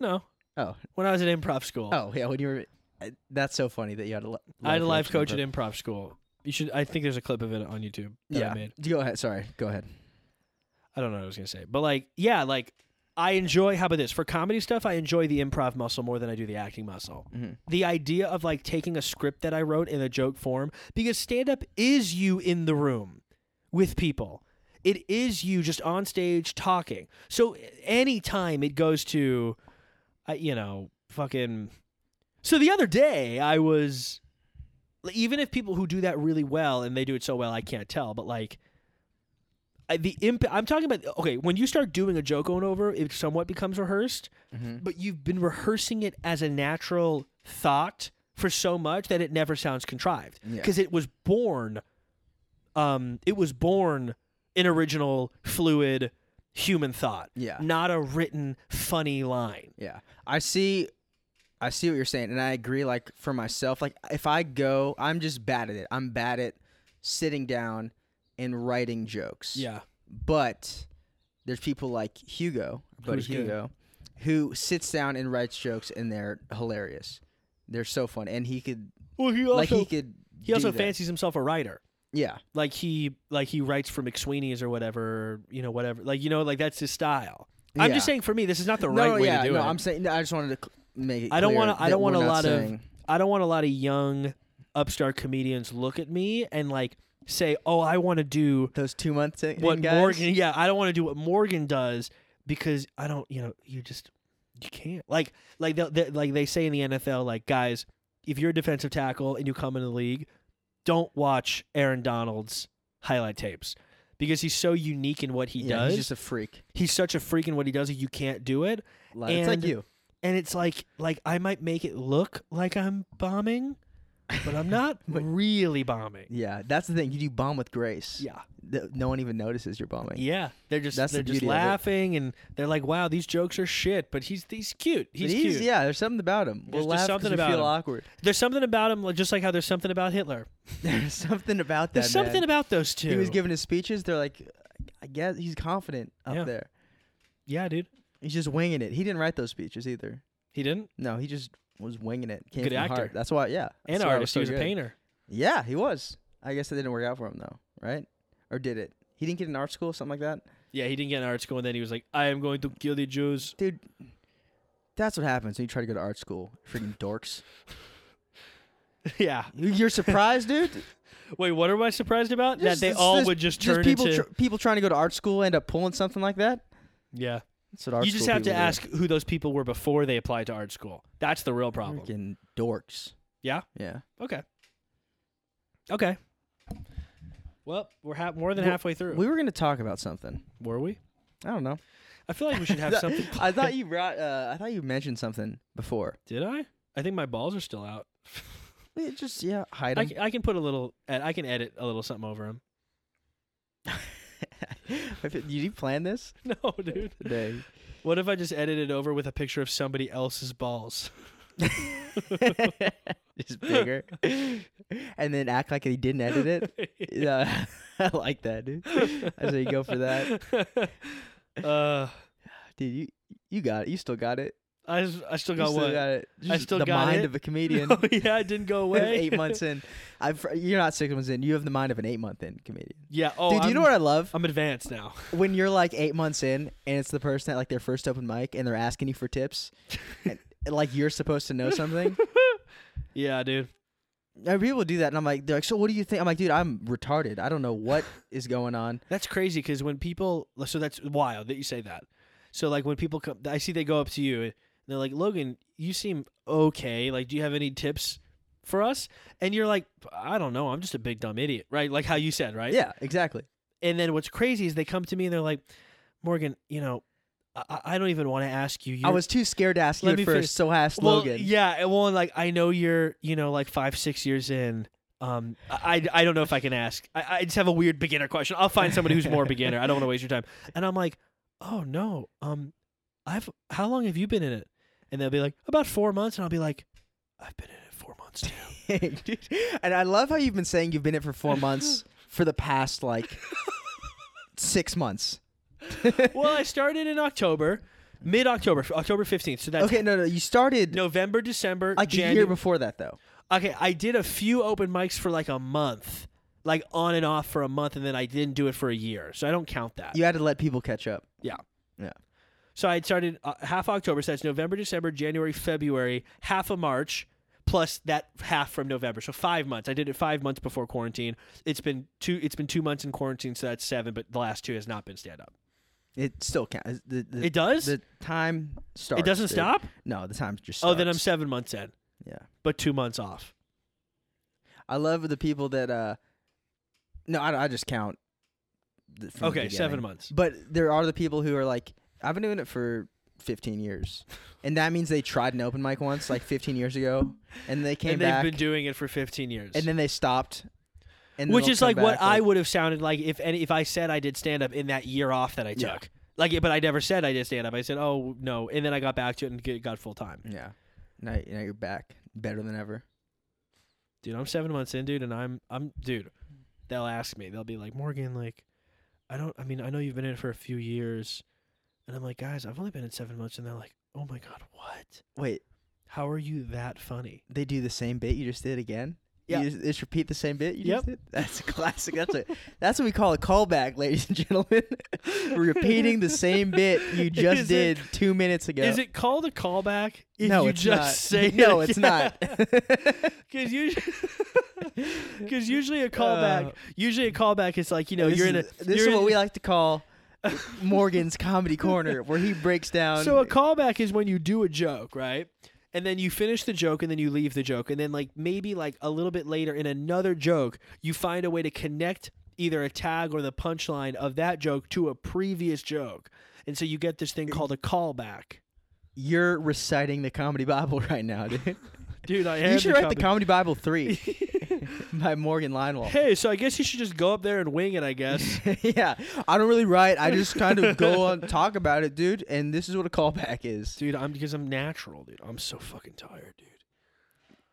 Speaker 1: no,
Speaker 2: Oh,
Speaker 1: when I was at improv school.
Speaker 2: oh yeah. When you were, I- that's so funny that you had a. li-
Speaker 1: I had a life coach
Speaker 2: in
Speaker 1: at improv school. You should. I think there's a clip of it on YouTube that I made.
Speaker 2: Go ahead. Sorry. Go ahead.
Speaker 1: I don't know what I was gonna say, but like, yeah, like I enjoy. How about this? For comedy stuff, I enjoy the improv muscle more than I do the acting muscle.
Speaker 2: Mm-hmm.
Speaker 1: The idea of like taking a script that I wrote in a joke form, because stand up is you in the room with people. It is you just on stage talking. So anytime it goes to, I you know, fucking. So the other day I was, even if people who do that really well and they do it so well, I can't tell, but like. I, the imp- I'm talking about okay when you start doing a joke on over it somewhat becomes rehearsed but you've been rehearsing it as a natural thought for so much that it never sounds contrived
Speaker 2: Yeah.
Speaker 1: because it was born um it was born in original fluid human thought
Speaker 2: Yeah.
Speaker 1: not a written funny line
Speaker 2: Yeah. I see. I see what you're saying, and I agree. Like for myself, like if I go, I'm just bad at it. I'm bad at sitting down and writing jokes.
Speaker 1: yeah
Speaker 2: But there's people like Hugo, but
Speaker 1: Who's good.
Speaker 2: Hugo, who sits down and writes jokes, and they're hilarious. They're so fun, and he could
Speaker 1: well he also
Speaker 2: like he could.
Speaker 1: he also
Speaker 2: do that.
Speaker 1: fancies himself a writer
Speaker 2: Yeah.
Speaker 1: like he like he writes for McSweeney's or whatever you know whatever like you know like that's his style I'm
Speaker 2: Yeah.
Speaker 1: just saying for me this is not the
Speaker 2: No,
Speaker 1: right way
Speaker 2: yeah,
Speaker 1: to do
Speaker 2: no,
Speaker 1: it
Speaker 2: I'm saying. No, I just wanted to cl- make it.
Speaker 1: I don't
Speaker 2: want
Speaker 1: wanna- I don't want a lot of- I don't want a lot of young upstart comedians look at me and like say, "Oh, I want to do
Speaker 2: those two months. in-
Speaker 1: what
Speaker 2: in guys.
Speaker 1: Morgan." Yeah, I don't want to do what Morgan does because I don't. You know, you just you can't. Like like they, they like they say in the NFL, like guys, if you're a defensive tackle and you come in the league, don't watch Aaron Donald's highlight tapes because he's so unique in what he
Speaker 2: yeah,
Speaker 1: does.
Speaker 2: He's just a freak.
Speaker 1: he's such a freak in what he does. You can't do it,
Speaker 2: Like, it's like
Speaker 1: And-
Speaker 2: you.
Speaker 1: and it's like like I might make it look like I'm bombing, but I'm not
Speaker 2: But-
Speaker 1: really bombing.
Speaker 2: Yeah, that's the thing. You do bomb with grace.
Speaker 1: Yeah,
Speaker 2: Th- no one even notices you're bombing.
Speaker 1: yeah. They're just
Speaker 2: That's the
Speaker 1: they're just
Speaker 2: beauty of it.
Speaker 1: laughing and they're like, "Wow, these jokes are shit," but he's he's cute.
Speaker 2: But
Speaker 1: He's, cute.
Speaker 2: Yeah, there's something about him.
Speaker 1: There's
Speaker 2: we'll
Speaker 1: just
Speaker 2: laugh 'cause
Speaker 1: something
Speaker 2: we
Speaker 1: about
Speaker 2: feel
Speaker 1: him.
Speaker 2: awkward.
Speaker 1: There's something about him, like- just like how there's something about Hitler.
Speaker 2: There's something about that.
Speaker 1: There's something
Speaker 2: man.
Speaker 1: about those two.
Speaker 2: He was giving his speeches. They're like, I guess he's confident up
Speaker 1: Yeah.
Speaker 2: there.
Speaker 1: yeah, dude.
Speaker 2: He's just winging it. He didn't write those speeches either.
Speaker 1: He didn't.
Speaker 2: No, he just was winging it. Came
Speaker 1: Good
Speaker 2: from the
Speaker 1: actor.
Speaker 2: heart. That's why. Yeah.
Speaker 1: And
Speaker 2: that's why it
Speaker 1: artist.
Speaker 2: so
Speaker 1: he was
Speaker 2: good.
Speaker 1: a painter.
Speaker 2: Yeah, he was. I guess it didn't work out for him though, right? Or did it? He didn't get an art school, something like that.
Speaker 1: Yeah, he didn't get an art school, and then he was like, "I am going to kill the Jews."
Speaker 2: Dude, that's what happens when you try to go to art school. Freaking dorks.
Speaker 1: yeah.
Speaker 2: You- You're surprised, dude.
Speaker 1: Wait, what am I surprised about?
Speaker 2: Just-
Speaker 1: that they
Speaker 2: just-
Speaker 1: all
Speaker 2: just-
Speaker 1: would just
Speaker 2: Just
Speaker 1: turn
Speaker 2: people,
Speaker 1: into.
Speaker 2: tr- people trying to go to art school end up pulling something like that.
Speaker 1: yeah.
Speaker 2: That's what art
Speaker 1: you just
Speaker 2: school
Speaker 1: have to
Speaker 2: people do.
Speaker 1: ask who those people were before they applied to art school. That's the real problem.
Speaker 2: Freaking dorks.
Speaker 1: Yeah?
Speaker 2: Yeah.
Speaker 1: Okay. Okay. Well, we're ha- more than
Speaker 2: Well,
Speaker 1: halfway through.
Speaker 2: We were gonna talk about something.
Speaker 1: were we?
Speaker 2: I don't know.
Speaker 1: I feel like we should have
Speaker 2: That-
Speaker 1: something.
Speaker 2: I thought you brought. Uh, I thought you mentioned something before.
Speaker 1: Did I? I think my balls are still out.
Speaker 2: It just yeah, hide
Speaker 1: I,
Speaker 2: 'em.
Speaker 1: c- I can put a little. ed- I can edit a little something over them.
Speaker 2: Did you plan this?
Speaker 1: No, dude.
Speaker 2: Dang.
Speaker 1: What if I just edit it over with a picture of somebody else's balls?
Speaker 2: just bigger, and then act like he didn't edit it. Yeah, I like that, dude. I say you go for that,
Speaker 1: uh,
Speaker 2: dude. You you got it. You still got it.
Speaker 1: I, s- I still
Speaker 2: You
Speaker 1: got
Speaker 2: still
Speaker 1: one.
Speaker 2: got it.
Speaker 1: I still
Speaker 2: the
Speaker 1: got
Speaker 2: mind
Speaker 1: it.
Speaker 2: of a comedian.
Speaker 1: Oh, yeah, it didn't go away.
Speaker 2: eight months in, I've, you're not six months in. You have the mind of an eight month in comedian.
Speaker 1: Yeah. Oh,
Speaker 2: dude,
Speaker 1: I'm,
Speaker 2: you know what I love?
Speaker 1: I'm advanced now.
Speaker 2: when you're like eight months in and it's the person at like their first open mic and they're asking you for tips and, like you're supposed to know something
Speaker 1: Yeah, dude.
Speaker 2: and people do that and i'm like they're like so what do you think i'm like dude i'm retarded i don't know what is going on
Speaker 1: That's crazy because when people, so that's wild that you say that. So like when people come, I see they go up to you and they're like, Logan, you seem okay. Like, do you have any tips for us? And you're like, I don't know. I'm just a big dumb idiot, right? Like how you said, right?
Speaker 2: yeah exactly
Speaker 1: And then what's crazy is they come to me and they're like, Morgan, you know, I- I, I don't even want to ask you.
Speaker 2: i
Speaker 1: You're-
Speaker 2: was too scared to ask you
Speaker 1: Let
Speaker 2: at
Speaker 1: me
Speaker 2: first
Speaker 1: finish.
Speaker 2: so i asked
Speaker 1: well,
Speaker 2: logan
Speaker 1: yeah. and Well, and, like I know you're, you know, like five, six years in. Um, I, I I don't know if I can ask. I, I just have a weird beginner question. I'll find somebody who's more beginner. I don't want to waste your time. And I'm like, oh no. Um, I've how long have you been in it? And they'll be like, about four months. And I'll be like, I've been in it four months too.
Speaker 2: Dude, and i love how you've been saying you've been it for four months for the past like six months
Speaker 1: well, I started in October, mid October, October fifteenth. So that's
Speaker 2: okay no no you started
Speaker 1: November, December,
Speaker 2: like a year
Speaker 1: January.
Speaker 2: before that though
Speaker 1: okay, I did a few open mics for like a month, like on and off for a month, and then I didn't do it for a year. So I don't count that.
Speaker 2: you had to let people catch up
Speaker 1: So I had started uh, half October, so that's November, December, January, February, half of March, plus that half from November. So five months. I did it five months before quarantine. It's been two. It's been two months in quarantine, so that's seven. But the last two has not been stand up.
Speaker 2: it still counts the, the,
Speaker 1: It does.
Speaker 2: The time starts.
Speaker 1: it doesn't
Speaker 2: dude.
Speaker 1: stop.
Speaker 2: No, the time just.
Speaker 1: Oh,
Speaker 2: Starts.
Speaker 1: then I'm seven months in,
Speaker 2: Yeah,
Speaker 1: but two months off.
Speaker 2: I love the people that. uh No, I, I just count. the- from the
Speaker 1: Okay, seven
Speaker 2: beginning.
Speaker 1: months.
Speaker 2: But there are the people who are like, I've been doing it for 15 years, and that means they tried an open mic once, like 15 years ago, and they came
Speaker 1: and they've
Speaker 2: back,
Speaker 1: been doing it for 15 years.
Speaker 2: and then they stopped. And then
Speaker 1: Which
Speaker 2: they'll
Speaker 1: is
Speaker 2: come
Speaker 1: like what
Speaker 2: back,
Speaker 1: I would have sounded like if any, if I said I did stand up in that year off that I
Speaker 2: Yeah.
Speaker 1: took. Like, but I never said I did stand up. I said, oh no, and then I got back to it and get, got full time.
Speaker 2: Yeah. Now, now you're back, better than ever.
Speaker 1: Dude, I'm seven months in, dude, and I'm I'm dude. They'll ask me. They'll be like, Morgan, like, I don't. I mean, I know you've been in it for a few years, and I'm like, guys, I've only been in seven months, and they're like, oh my god, what?
Speaker 2: Wait,
Speaker 1: How are you that funny?
Speaker 2: they do the same bit you just did again.
Speaker 1: Yeah.
Speaker 2: You just, just repeat the same bit you
Speaker 1: Yep.
Speaker 2: just did. That's a classic. That's a that's what we call a callback, ladies and gentlemen. Repeating the same bit you just
Speaker 1: Is it-
Speaker 2: did two minutes ago.
Speaker 1: Is it called a callback? If
Speaker 2: no,
Speaker 1: you
Speaker 2: it's
Speaker 1: just
Speaker 2: not.
Speaker 1: say
Speaker 2: no,
Speaker 1: it
Speaker 2: it's
Speaker 1: again?
Speaker 2: not.
Speaker 1: Because usually, because usually a callback,
Speaker 2: Uh,
Speaker 1: usually a callback is like you know
Speaker 2: this
Speaker 1: Oh, you're in a
Speaker 2: is, this
Speaker 1: you're
Speaker 2: is what
Speaker 1: in-
Speaker 2: we like to call Morgan's comedy corner, where he breaks down.
Speaker 1: So a callback is when you do a joke, right? And then you finish the joke and then you leave the joke and then like maybe like a little bit later in another joke, you find a way to connect either a tag or the punchline of that joke to a previous joke. And so you get this thing called a callback.
Speaker 2: You're reciting the comedy Bible right now, dude.
Speaker 1: Dude, I
Speaker 2: you should write the comedy Bible three by Morgan Leinwald.
Speaker 1: Hey, so I guess you should just go up there and wing it, I guess.
Speaker 2: yeah, I don't really write. I just kind of go on talk about it, dude. And this is what a callback is.
Speaker 1: dude, I'm because I'm natural, dude. I'm so fucking tired, dude.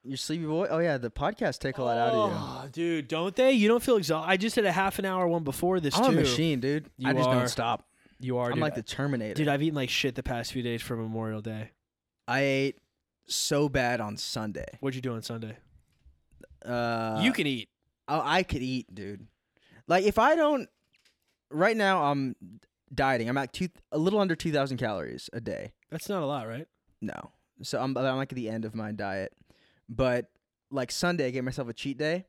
Speaker 2: Your sleepy boy. Oh yeah, the podcast take a lot out of you.
Speaker 1: Oh, dude, don't they? You don't feel exhausted. I just did a half an hour one before this
Speaker 2: I'm
Speaker 1: too.
Speaker 2: a machine, dude.
Speaker 1: You
Speaker 2: I just
Speaker 1: are.
Speaker 2: don't stop.
Speaker 1: You are,
Speaker 2: I'm
Speaker 1: dude.
Speaker 2: like the Terminator.
Speaker 1: dude, I've eaten like shit the past few days for Memorial Day.
Speaker 2: I ate so bad on Sunday.
Speaker 1: What'd you do on Sunday?
Speaker 2: Uh,
Speaker 1: you can eat.
Speaker 2: Oh, I could eat, dude. Like if I don't, right now I'm dieting. I'm at two, a little under two thousand calories a day.
Speaker 1: That's not a lot, right?
Speaker 2: No, so I'm I'm like at the end of my diet. But like Sunday, I gave myself a cheat day.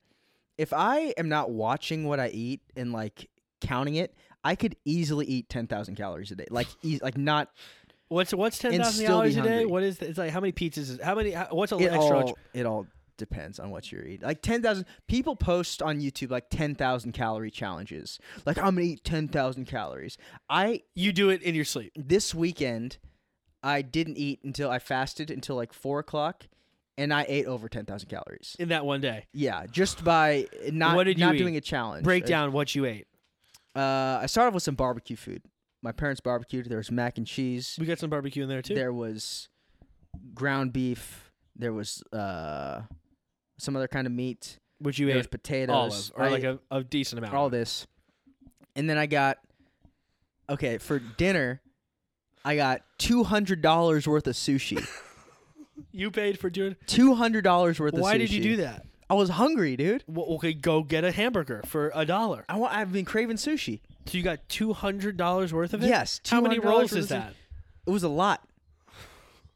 Speaker 2: If I am not watching what I eat and like counting it, I could easily eat ten thousand calories a day. Like eas like not
Speaker 1: What's what's ten thousand
Speaker 2: still be
Speaker 1: dollars a day?
Speaker 2: hungry.
Speaker 1: What is that? It's like how many pizzas? Is, how many? How, what's a
Speaker 2: it
Speaker 1: extra? lunch?
Speaker 2: all. It all depends on what you're eating. Like ten thousand people post on YouTube like ten thousand calorie challenges. Like I'm gonna eat ten thousand calories. I
Speaker 1: You do it in your sleep.
Speaker 2: this weekend I didn't eat until I fasted until like four o'clock, and I ate over ten thousand calories.
Speaker 1: in that one day.
Speaker 2: Yeah, just by not
Speaker 1: What did you
Speaker 2: not
Speaker 1: eat?
Speaker 2: doing a challenge.
Speaker 1: Break down what you ate.
Speaker 2: Uh, I started with some barbecue food. My parents barbecued. There was mac and cheese.
Speaker 1: We got some barbecue in there too.
Speaker 2: There was ground beef. There was uh, some other kind of meat.
Speaker 1: Which you
Speaker 2: There was
Speaker 1: ate all
Speaker 2: potatoes.
Speaker 1: of, or
Speaker 2: I
Speaker 1: like a, a decent amount.
Speaker 2: all this. And then I got okay, for dinner I got two hundred dollars worth of sushi.
Speaker 1: You paid for doing.
Speaker 2: Two hundred dollars worth of sushi.
Speaker 1: Why did you do that?
Speaker 2: I was hungry, dude.
Speaker 1: Well, okay, go get a hamburger for a dollar.
Speaker 2: I want, I've been craving sushi.
Speaker 1: So you got two hundred dollars worth of it.
Speaker 2: Yes.
Speaker 1: How many
Speaker 2: $200
Speaker 1: rolls
Speaker 2: worth
Speaker 1: is
Speaker 2: of sushi.
Speaker 1: that?
Speaker 2: It was a lot.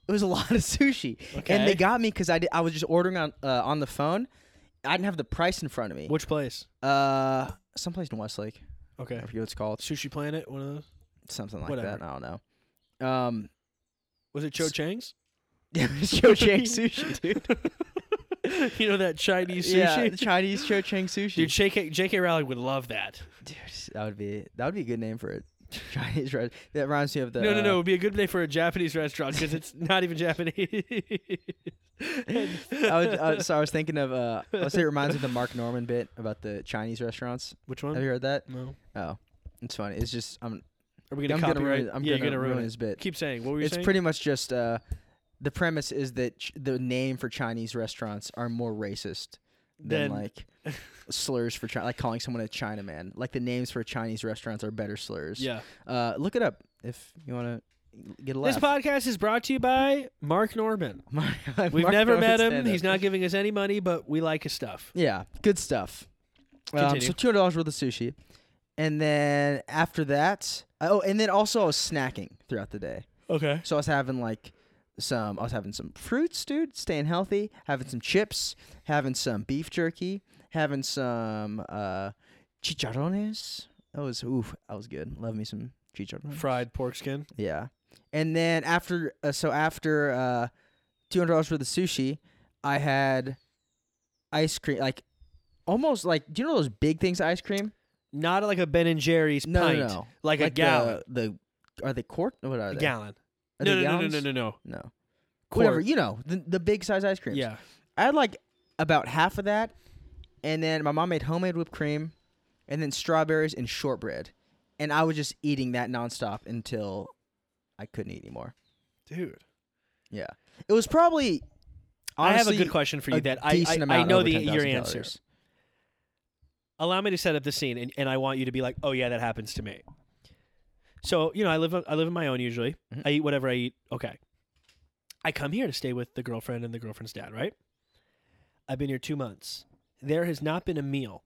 Speaker 2: It was a lot of sushi, and
Speaker 1: Okay.
Speaker 2: they got me because I did, I was just ordering on uh, on the phone. I didn't have the price in front of me.
Speaker 1: Which place?
Speaker 2: Uh, someplace in Westlake.
Speaker 1: Okay.
Speaker 2: I forget what it's called.
Speaker 1: Sushi Planet. One of those.
Speaker 2: Something like
Speaker 1: Whatever.
Speaker 2: that. I don't know. Um,
Speaker 1: Was it Cho Chang's?
Speaker 2: it was Cho Chang sushi, dude.
Speaker 1: you know that Chinese sushi.
Speaker 2: Yeah, Chinese Cho Chang sushi.
Speaker 1: Dude, JK, JK Rowling would love that.
Speaker 2: Dude, that would be that would be a good name for it. Chinese red. That reminds me of the
Speaker 1: no, no, no. It
Speaker 2: uh,
Speaker 1: would be a good day for a Japanese restaurant because it's not even Japanese.
Speaker 2: I was, I was- so I was thinking of uh, I would say it reminds me of the Mark Norman bit about the Chinese restaurants.
Speaker 1: Which
Speaker 2: Have
Speaker 1: one?
Speaker 2: you heard that?
Speaker 1: No.
Speaker 2: Oh, it's funny. It's just I'm
Speaker 1: Are we
Speaker 2: I'm
Speaker 1: gonna
Speaker 2: gonna
Speaker 1: copyright?
Speaker 2: ruin- I'm
Speaker 1: yeah,
Speaker 2: gonna
Speaker 1: you're gonna ruin,
Speaker 2: ruin
Speaker 1: it.
Speaker 2: his bit.
Speaker 1: Keep saying. What were you
Speaker 2: it's
Speaker 1: saying?
Speaker 2: pretty much just uh, the premise is that ch- the name for Chinese restaurants are more racist
Speaker 1: Then-
Speaker 2: than like slurs for China, like calling someone a Chinaman. Like the names for Chinese restaurants are better slurs.
Speaker 1: Yeah.
Speaker 2: Uh, look it up if you want to get a laugh.
Speaker 1: This podcast is brought to you by Mark Norman.
Speaker 2: Mark-
Speaker 1: We've
Speaker 2: Mark
Speaker 1: never
Speaker 2: Norman
Speaker 1: met him.
Speaker 2: stand-up.
Speaker 1: He's not giving us any money, but we like his stuff.
Speaker 2: Yeah, good stuff. Um,
Speaker 1: Continue.
Speaker 2: so two hundred dollars worth of sushi, and then after that, oh, and then also I was snacking throughout the day.
Speaker 1: Okay.
Speaker 2: So I was having like some, I was having some fruits, dude, staying healthy, having some chips, having some beef jerky, having some uh, chicharrones. That was oof, that was good. Love me some chicharrones.
Speaker 1: Fried pork skin.
Speaker 2: Yeah. And then after, uh, so after uh, two hundred dollars worth of sushi, I had ice cream, like almost like do you know those big things of ice cream?
Speaker 1: Not like a Ben and Jerry's
Speaker 2: No,
Speaker 1: pint.
Speaker 2: no, uh, no.
Speaker 1: Like, a
Speaker 2: the-
Speaker 1: gallon.
Speaker 2: The, are they quart? What are
Speaker 1: a
Speaker 2: they?
Speaker 1: gallon.
Speaker 2: Are
Speaker 1: No, no, no,
Speaker 2: they
Speaker 1: no,
Speaker 2: gallons?
Speaker 1: no, no, no.
Speaker 2: No. Whatever.
Speaker 1: Quart.
Speaker 2: You know the the big size ice creams.
Speaker 1: Yeah.
Speaker 2: I had like about half of that, and then my mom made homemade whipped cream, and then strawberries and shortbread, and I was just eating that nonstop until I couldn't eat anymore.
Speaker 1: Dude.
Speaker 2: Yeah, it was probably.
Speaker 1: I have a
Speaker 2: Honestly,
Speaker 1: good question for you
Speaker 2: a
Speaker 1: that I,
Speaker 2: decent
Speaker 1: I, I
Speaker 2: amount
Speaker 1: know
Speaker 2: over
Speaker 1: the
Speaker 2: 10,000
Speaker 1: your answer.
Speaker 2: calories.
Speaker 1: Allow me to set up the scene and, and I want you to be like, "Oh yeah, that happens to me." So, you know, I live on- I live on my own usually.
Speaker 2: Mhm.
Speaker 1: I eat whatever I eat. Okay. I come here to stay with the girlfriend and the girlfriend's dad, right? I've been here 2 months. There has not been a meal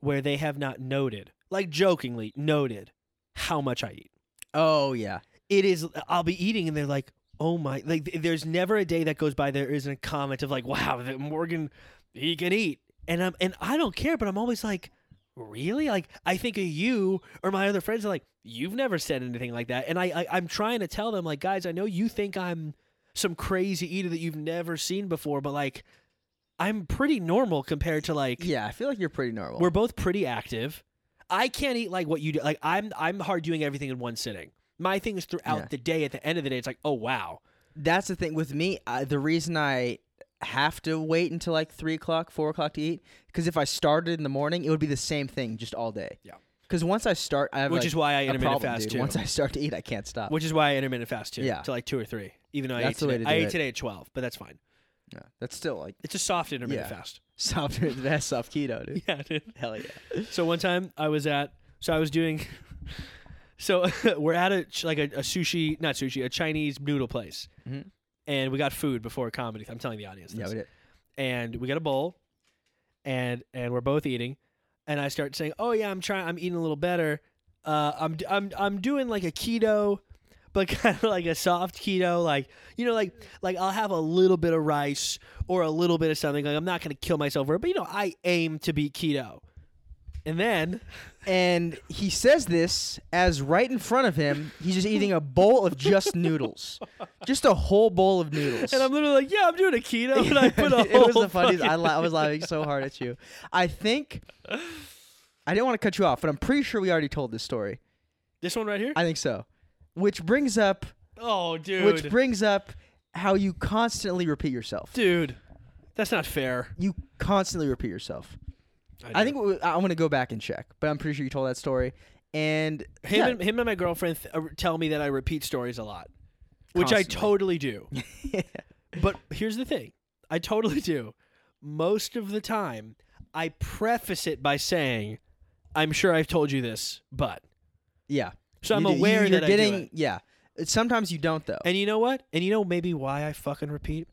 Speaker 1: where they have not noted, like jokingly noted how much I eat
Speaker 2: Oh yeah,
Speaker 1: it is i'll be eating and they're like oh my like th- there's never a day that goes by there isn't a comment of like wow that morgan he can eat and i'm and i don't care but i'm always like really like i think of you or my other friends are like you've never said anything like that and i, I i'm trying to tell them like guys i know you think i'm some crazy eater that you've never seen before but like i'm pretty normal compared to like
Speaker 2: yeah. I feel like you're pretty normal.
Speaker 1: we're both pretty active I can't eat like what you do. Like I'm I'm hard doing everything in one sitting. My thing is throughout
Speaker 2: Yeah.
Speaker 1: the day. At the end of the day, it's like, oh wow,
Speaker 2: That's the thing with me. I, the reason I have to wait until like three o'clock, four o'clock to eat, because if I started in the morning, it would be the same thing just all day.
Speaker 1: Yeah.
Speaker 2: Because once I start, I have
Speaker 1: which
Speaker 2: like,
Speaker 1: is why I
Speaker 2: a
Speaker 1: intermittent
Speaker 2: problem,
Speaker 1: fast
Speaker 2: dude.
Speaker 1: too.
Speaker 2: Once I start to eat, I can't stop.
Speaker 1: which is why I intermittent fast too.
Speaker 2: Yeah.
Speaker 1: to like two or three. Even though I
Speaker 2: That's
Speaker 1: ate
Speaker 2: the way
Speaker 1: today,
Speaker 2: to do
Speaker 1: I ate
Speaker 2: it.
Speaker 1: today at twelve, but that's fine.
Speaker 2: yeah, that's still like
Speaker 1: It's a soft intermittent
Speaker 2: Yeah.
Speaker 1: fast.
Speaker 2: soft. That's soft keto, dude.
Speaker 1: Yeah, dude.
Speaker 2: Hell yeah.
Speaker 1: So one time I was at, so I was doing, so we're at a ch- like a, a sushi, not sushi, a Chinese noodle place,
Speaker 2: Mhm.
Speaker 1: and we got food before comedy. I'm telling the audience this,
Speaker 2: Yeah, we did.
Speaker 1: and we got a bowl, and and we're both eating, and I start saying, oh yeah, I'm trying, I'm eating a little better, uh, I'm d- I'm I'm doing like a keto. But kind of like a soft keto, like you know, like like I'll have a little bit of rice or a little bit of something. Like I'm not gonna kill myself over it, but you know, I aim to be keto. And then
Speaker 2: And he says this as right in front of him, he's just eating a bowl of just noodles, just a whole bowl of noodles.
Speaker 1: And I'm literally like, yeah, I'm doing a keto, and I put a
Speaker 2: it
Speaker 1: whole.
Speaker 2: was the funniest. I,
Speaker 1: fucking-
Speaker 2: la- I was laughing so hard at you. I think I didn't want to cut you off, but I'm pretty sure we already told this story.
Speaker 1: this one right here.
Speaker 2: I think so. Which brings up,
Speaker 1: oh, dude,
Speaker 2: which brings up how you constantly repeat yourself.
Speaker 1: dude, that's not fair.
Speaker 2: You constantly repeat yourself. I think we, I'm gonna go back and check, but I'm pretty sure you told that story. And
Speaker 1: him
Speaker 2: yeah,
Speaker 1: and him and my girlfriend th- uh, tell me that I repeat stories a lot, which I
Speaker 2: Constantly.
Speaker 1: totally do. But here's the thing, I totally do. Most of the time, I preface it by saying, "I'm sure I've told you this, but."
Speaker 2: yeah.
Speaker 1: So I'm
Speaker 2: You do- you-
Speaker 1: aware
Speaker 2: you're
Speaker 1: that
Speaker 2: getting
Speaker 1: I do it.
Speaker 2: yeah. Sometimes you don't though.
Speaker 1: And you know what? And you know maybe why I fucking repeat?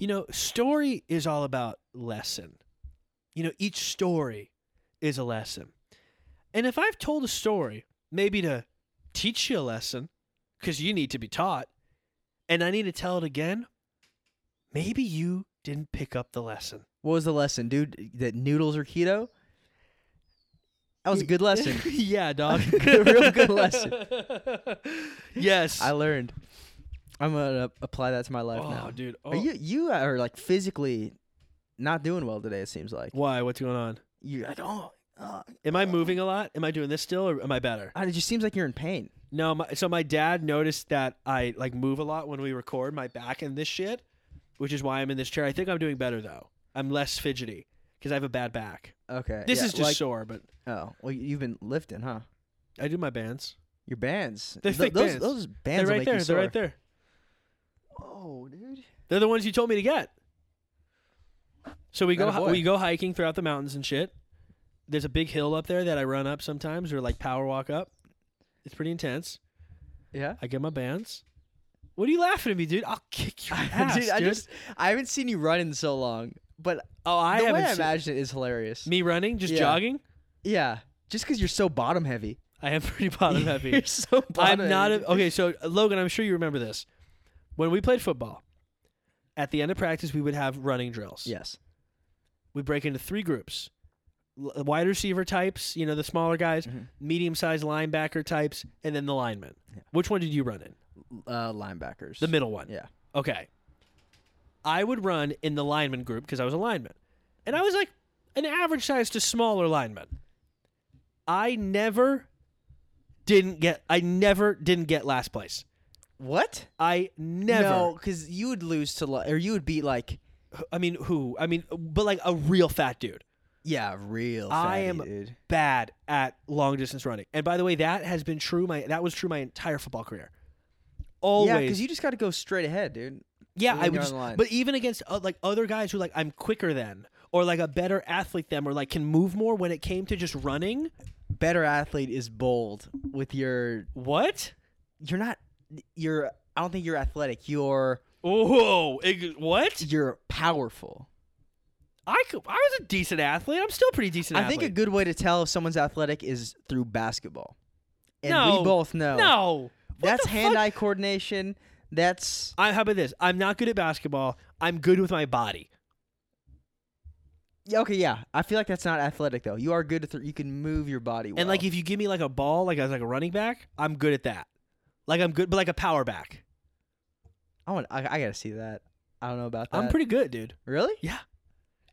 Speaker 1: You know, story is all about lesson. You know, each story is a lesson. And if I've told a story, maybe to teach you a lesson, because you need to be taught, and I need to tell it again, maybe you didn't pick up the lesson.
Speaker 2: What was the lesson, dude? That noodles are keto. That was a
Speaker 1: Y-
Speaker 2: good lesson.
Speaker 1: yeah, dog.
Speaker 2: Real good lesson.
Speaker 1: Yes.
Speaker 2: I learned. I'm gonna apply that to my life
Speaker 1: oh,
Speaker 2: now.
Speaker 1: dude. Oh.
Speaker 2: Are you you are like physically not doing well today. It seems like
Speaker 1: Why? What's going on?
Speaker 2: you're like oh, oh.
Speaker 1: Am I moving a lot? Am I doing this still, or am I better?
Speaker 2: Ah, It just seems like you're in pain.
Speaker 1: No, my, so my dad noticed that I like move a lot when we record my back and this shit, which is why I'm in this chair. I think I'm doing better though. I'm less fidgety because I have a bad back.
Speaker 2: Okay.
Speaker 1: This
Speaker 2: yeah,
Speaker 1: is just
Speaker 2: like,
Speaker 1: sore, but
Speaker 2: oh well. you- You've been lifting, huh?
Speaker 1: I do my bands.
Speaker 2: Your bands.
Speaker 1: They're
Speaker 2: Th-
Speaker 1: thick
Speaker 2: those
Speaker 1: bands.
Speaker 2: those bands
Speaker 1: they're
Speaker 2: will
Speaker 1: right
Speaker 2: make
Speaker 1: there.
Speaker 2: You
Speaker 1: They're
Speaker 2: sore.
Speaker 1: right there.
Speaker 2: Oh, dude.
Speaker 1: They're the ones you told me to get. So we go
Speaker 2: Attaboy.
Speaker 1: we go hiking throughout the mountains and shit. There's a big hill up there that I run up sometimes or like power walk up. It's pretty intense.
Speaker 2: Yeah.
Speaker 1: I get my bands. What are you laughing at me, dude? I'll kick your ass, dude.
Speaker 2: dude, I just I haven't seen you run in so long, but
Speaker 1: oh, I
Speaker 2: the way
Speaker 1: haven't
Speaker 2: I
Speaker 1: seen-
Speaker 2: imagine it is hilarious.
Speaker 1: me running, just
Speaker 2: Yeah.
Speaker 1: jogging.
Speaker 2: Yeah, just because you're so bottom heavy.
Speaker 1: I am pretty bottom
Speaker 2: you're
Speaker 1: heavy.
Speaker 2: so bottom
Speaker 1: I'm not
Speaker 2: heavy.
Speaker 1: a, okay. So uh, Logan, I'm sure you remember this. When we played football, at the end of practice, we would have running drills.
Speaker 2: yes.
Speaker 1: we break into three groups: L- uh, wide receiver types, you know, the smaller guys,
Speaker 2: Mhm.
Speaker 1: medium-sized linebacker types, and then the linemen. Which one did you run in?
Speaker 2: Uh, linebackers.
Speaker 1: The middle one.
Speaker 2: Yeah.
Speaker 1: Okay. I would run in the lineman group because I was a lineman. And I was like an average size to smaller lineman. I never didn't get I never didn't get last place.
Speaker 2: What?
Speaker 1: I never
Speaker 2: No, because you would lose to li- or you would beat like
Speaker 1: I mean who? I mean but like a real fat dude.
Speaker 2: yeah, real.
Speaker 1: I
Speaker 2: fatty,
Speaker 1: am-
Speaker 2: dude.
Speaker 1: Bad at long distance running. And by the way, that has been true my that was true my entire football career. Always.
Speaker 2: Yeah, because you just got to go straight ahead, dude.
Speaker 1: Yeah,
Speaker 2: when
Speaker 1: I
Speaker 2: you're
Speaker 1: would.
Speaker 2: on
Speaker 1: Just,
Speaker 2: the line.
Speaker 1: but even against uh, like other guys who like I'm quicker than, or like a better athlete than, or like can move more. When it came to just running,
Speaker 2: Better athlete is bold with your.
Speaker 1: what?
Speaker 2: You're not. You're. I don't think you're athletic. You're.
Speaker 1: Whoa! ig- What?
Speaker 2: You're powerful.
Speaker 1: I could, I was a decent athlete. I'm still a pretty decent.
Speaker 2: I think a
Speaker 1: athlete.
Speaker 2: good way to tell if someone's athletic is through basketball. And
Speaker 1: No.
Speaker 2: we both know.
Speaker 1: no. What
Speaker 2: That's
Speaker 1: the fuck?
Speaker 2: hand-eye coordination. That's
Speaker 1: I, how about this? I'm not good at basketball. I'm good with my body.
Speaker 2: Yeah, okay, yeah. I feel like that's not athletic though. You are good at th- you can move your body well.
Speaker 1: And like if you give me like a ball, like as like a running back, I'm good at that. Like I'm good, but like a power back,
Speaker 2: I want I, I got to see that. I don't know about that.
Speaker 1: I'm pretty good, dude.
Speaker 2: Really?
Speaker 1: Yeah.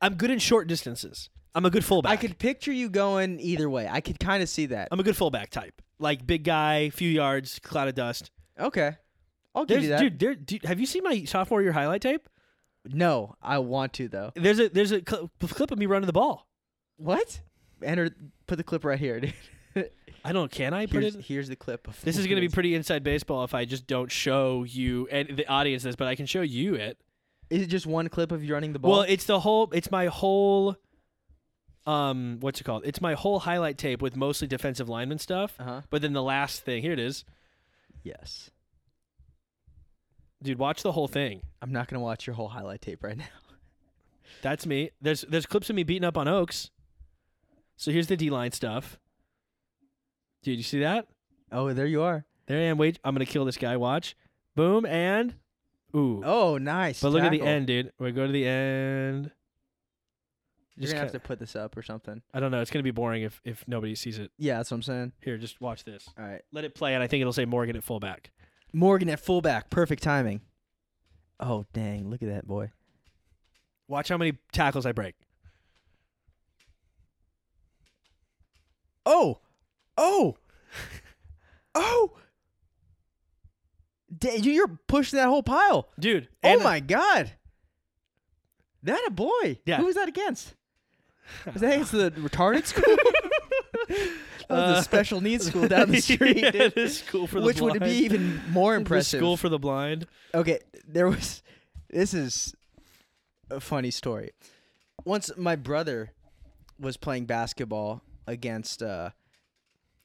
Speaker 1: I'm good in short distances. I'm a good fullback.
Speaker 2: I could picture you going either way. I could kind of see that.
Speaker 1: I'm a good fullback type. Like big guy, few yards, cloud of dust.
Speaker 2: Okay, I'll give
Speaker 1: There's,
Speaker 2: you that.
Speaker 1: dude, there, dude, have you seen my sophomore year highlight tape?
Speaker 2: No, I want to though.
Speaker 1: There's a there's a cl- clip of me running the ball.
Speaker 2: What? Enter. Put the clip right here, dude.
Speaker 1: I don't. Can I put
Speaker 2: here's,
Speaker 1: it?
Speaker 2: here's the clip. Of
Speaker 1: This is going to be pretty inside baseball if I just don't show you and the audience this, but I can show you it.
Speaker 2: Is it just one clip of you running the ball?
Speaker 1: Well, it's the whole. It's my whole. Um, what's it called? It's my whole highlight tape with mostly defensive lineman stuff.
Speaker 2: uh huh.
Speaker 1: But then the last thing, here it is,
Speaker 2: Yes.
Speaker 1: dude. Watch the whole thing.
Speaker 2: I'm not gonna watch your whole highlight tape right now.
Speaker 1: That's me. There's there's clips of me beating up on Oaks. So here's the D line stuff. Dude, you see that?
Speaker 2: Oh, there you are.
Speaker 1: There I am. Wait, I'm gonna kill this guy. Watch. Boom and ooh.
Speaker 2: Oh, nice.
Speaker 1: but look at the
Speaker 2: tackle.
Speaker 1: end, dude. We go to the end.
Speaker 2: You're
Speaker 1: Just
Speaker 2: gonna have to
Speaker 1: kinda-
Speaker 2: put this up or something.
Speaker 1: I don't know. It's gonna be boring if if nobody sees it.
Speaker 2: Yeah, that's what I'm saying.
Speaker 1: Here, just watch this.
Speaker 2: All right.
Speaker 1: Let it play, and I think it'll say Morgan at fullback.
Speaker 2: Morgan at fullback. Perfect timing. Oh dang! Look at that boy.
Speaker 1: Watch how many tackles I break.
Speaker 2: Oh, oh, oh! Da- you- you're pushing that whole pile.
Speaker 1: Dude.
Speaker 2: Oh
Speaker 1: and- uh,
Speaker 2: my god! That a boy?
Speaker 1: Yeah.
Speaker 2: Who was that against? Was that against the retarded school? that
Speaker 1: Uh,
Speaker 2: was a special needs school down the street,
Speaker 1: Yeah,
Speaker 2: dude.
Speaker 1: the school for the
Speaker 2: which would
Speaker 1: blind.
Speaker 2: be even more
Speaker 1: The
Speaker 2: impressive.
Speaker 1: school for the blind.
Speaker 2: okay, there was. This is a funny story. Once my brother was playing basketball against uh,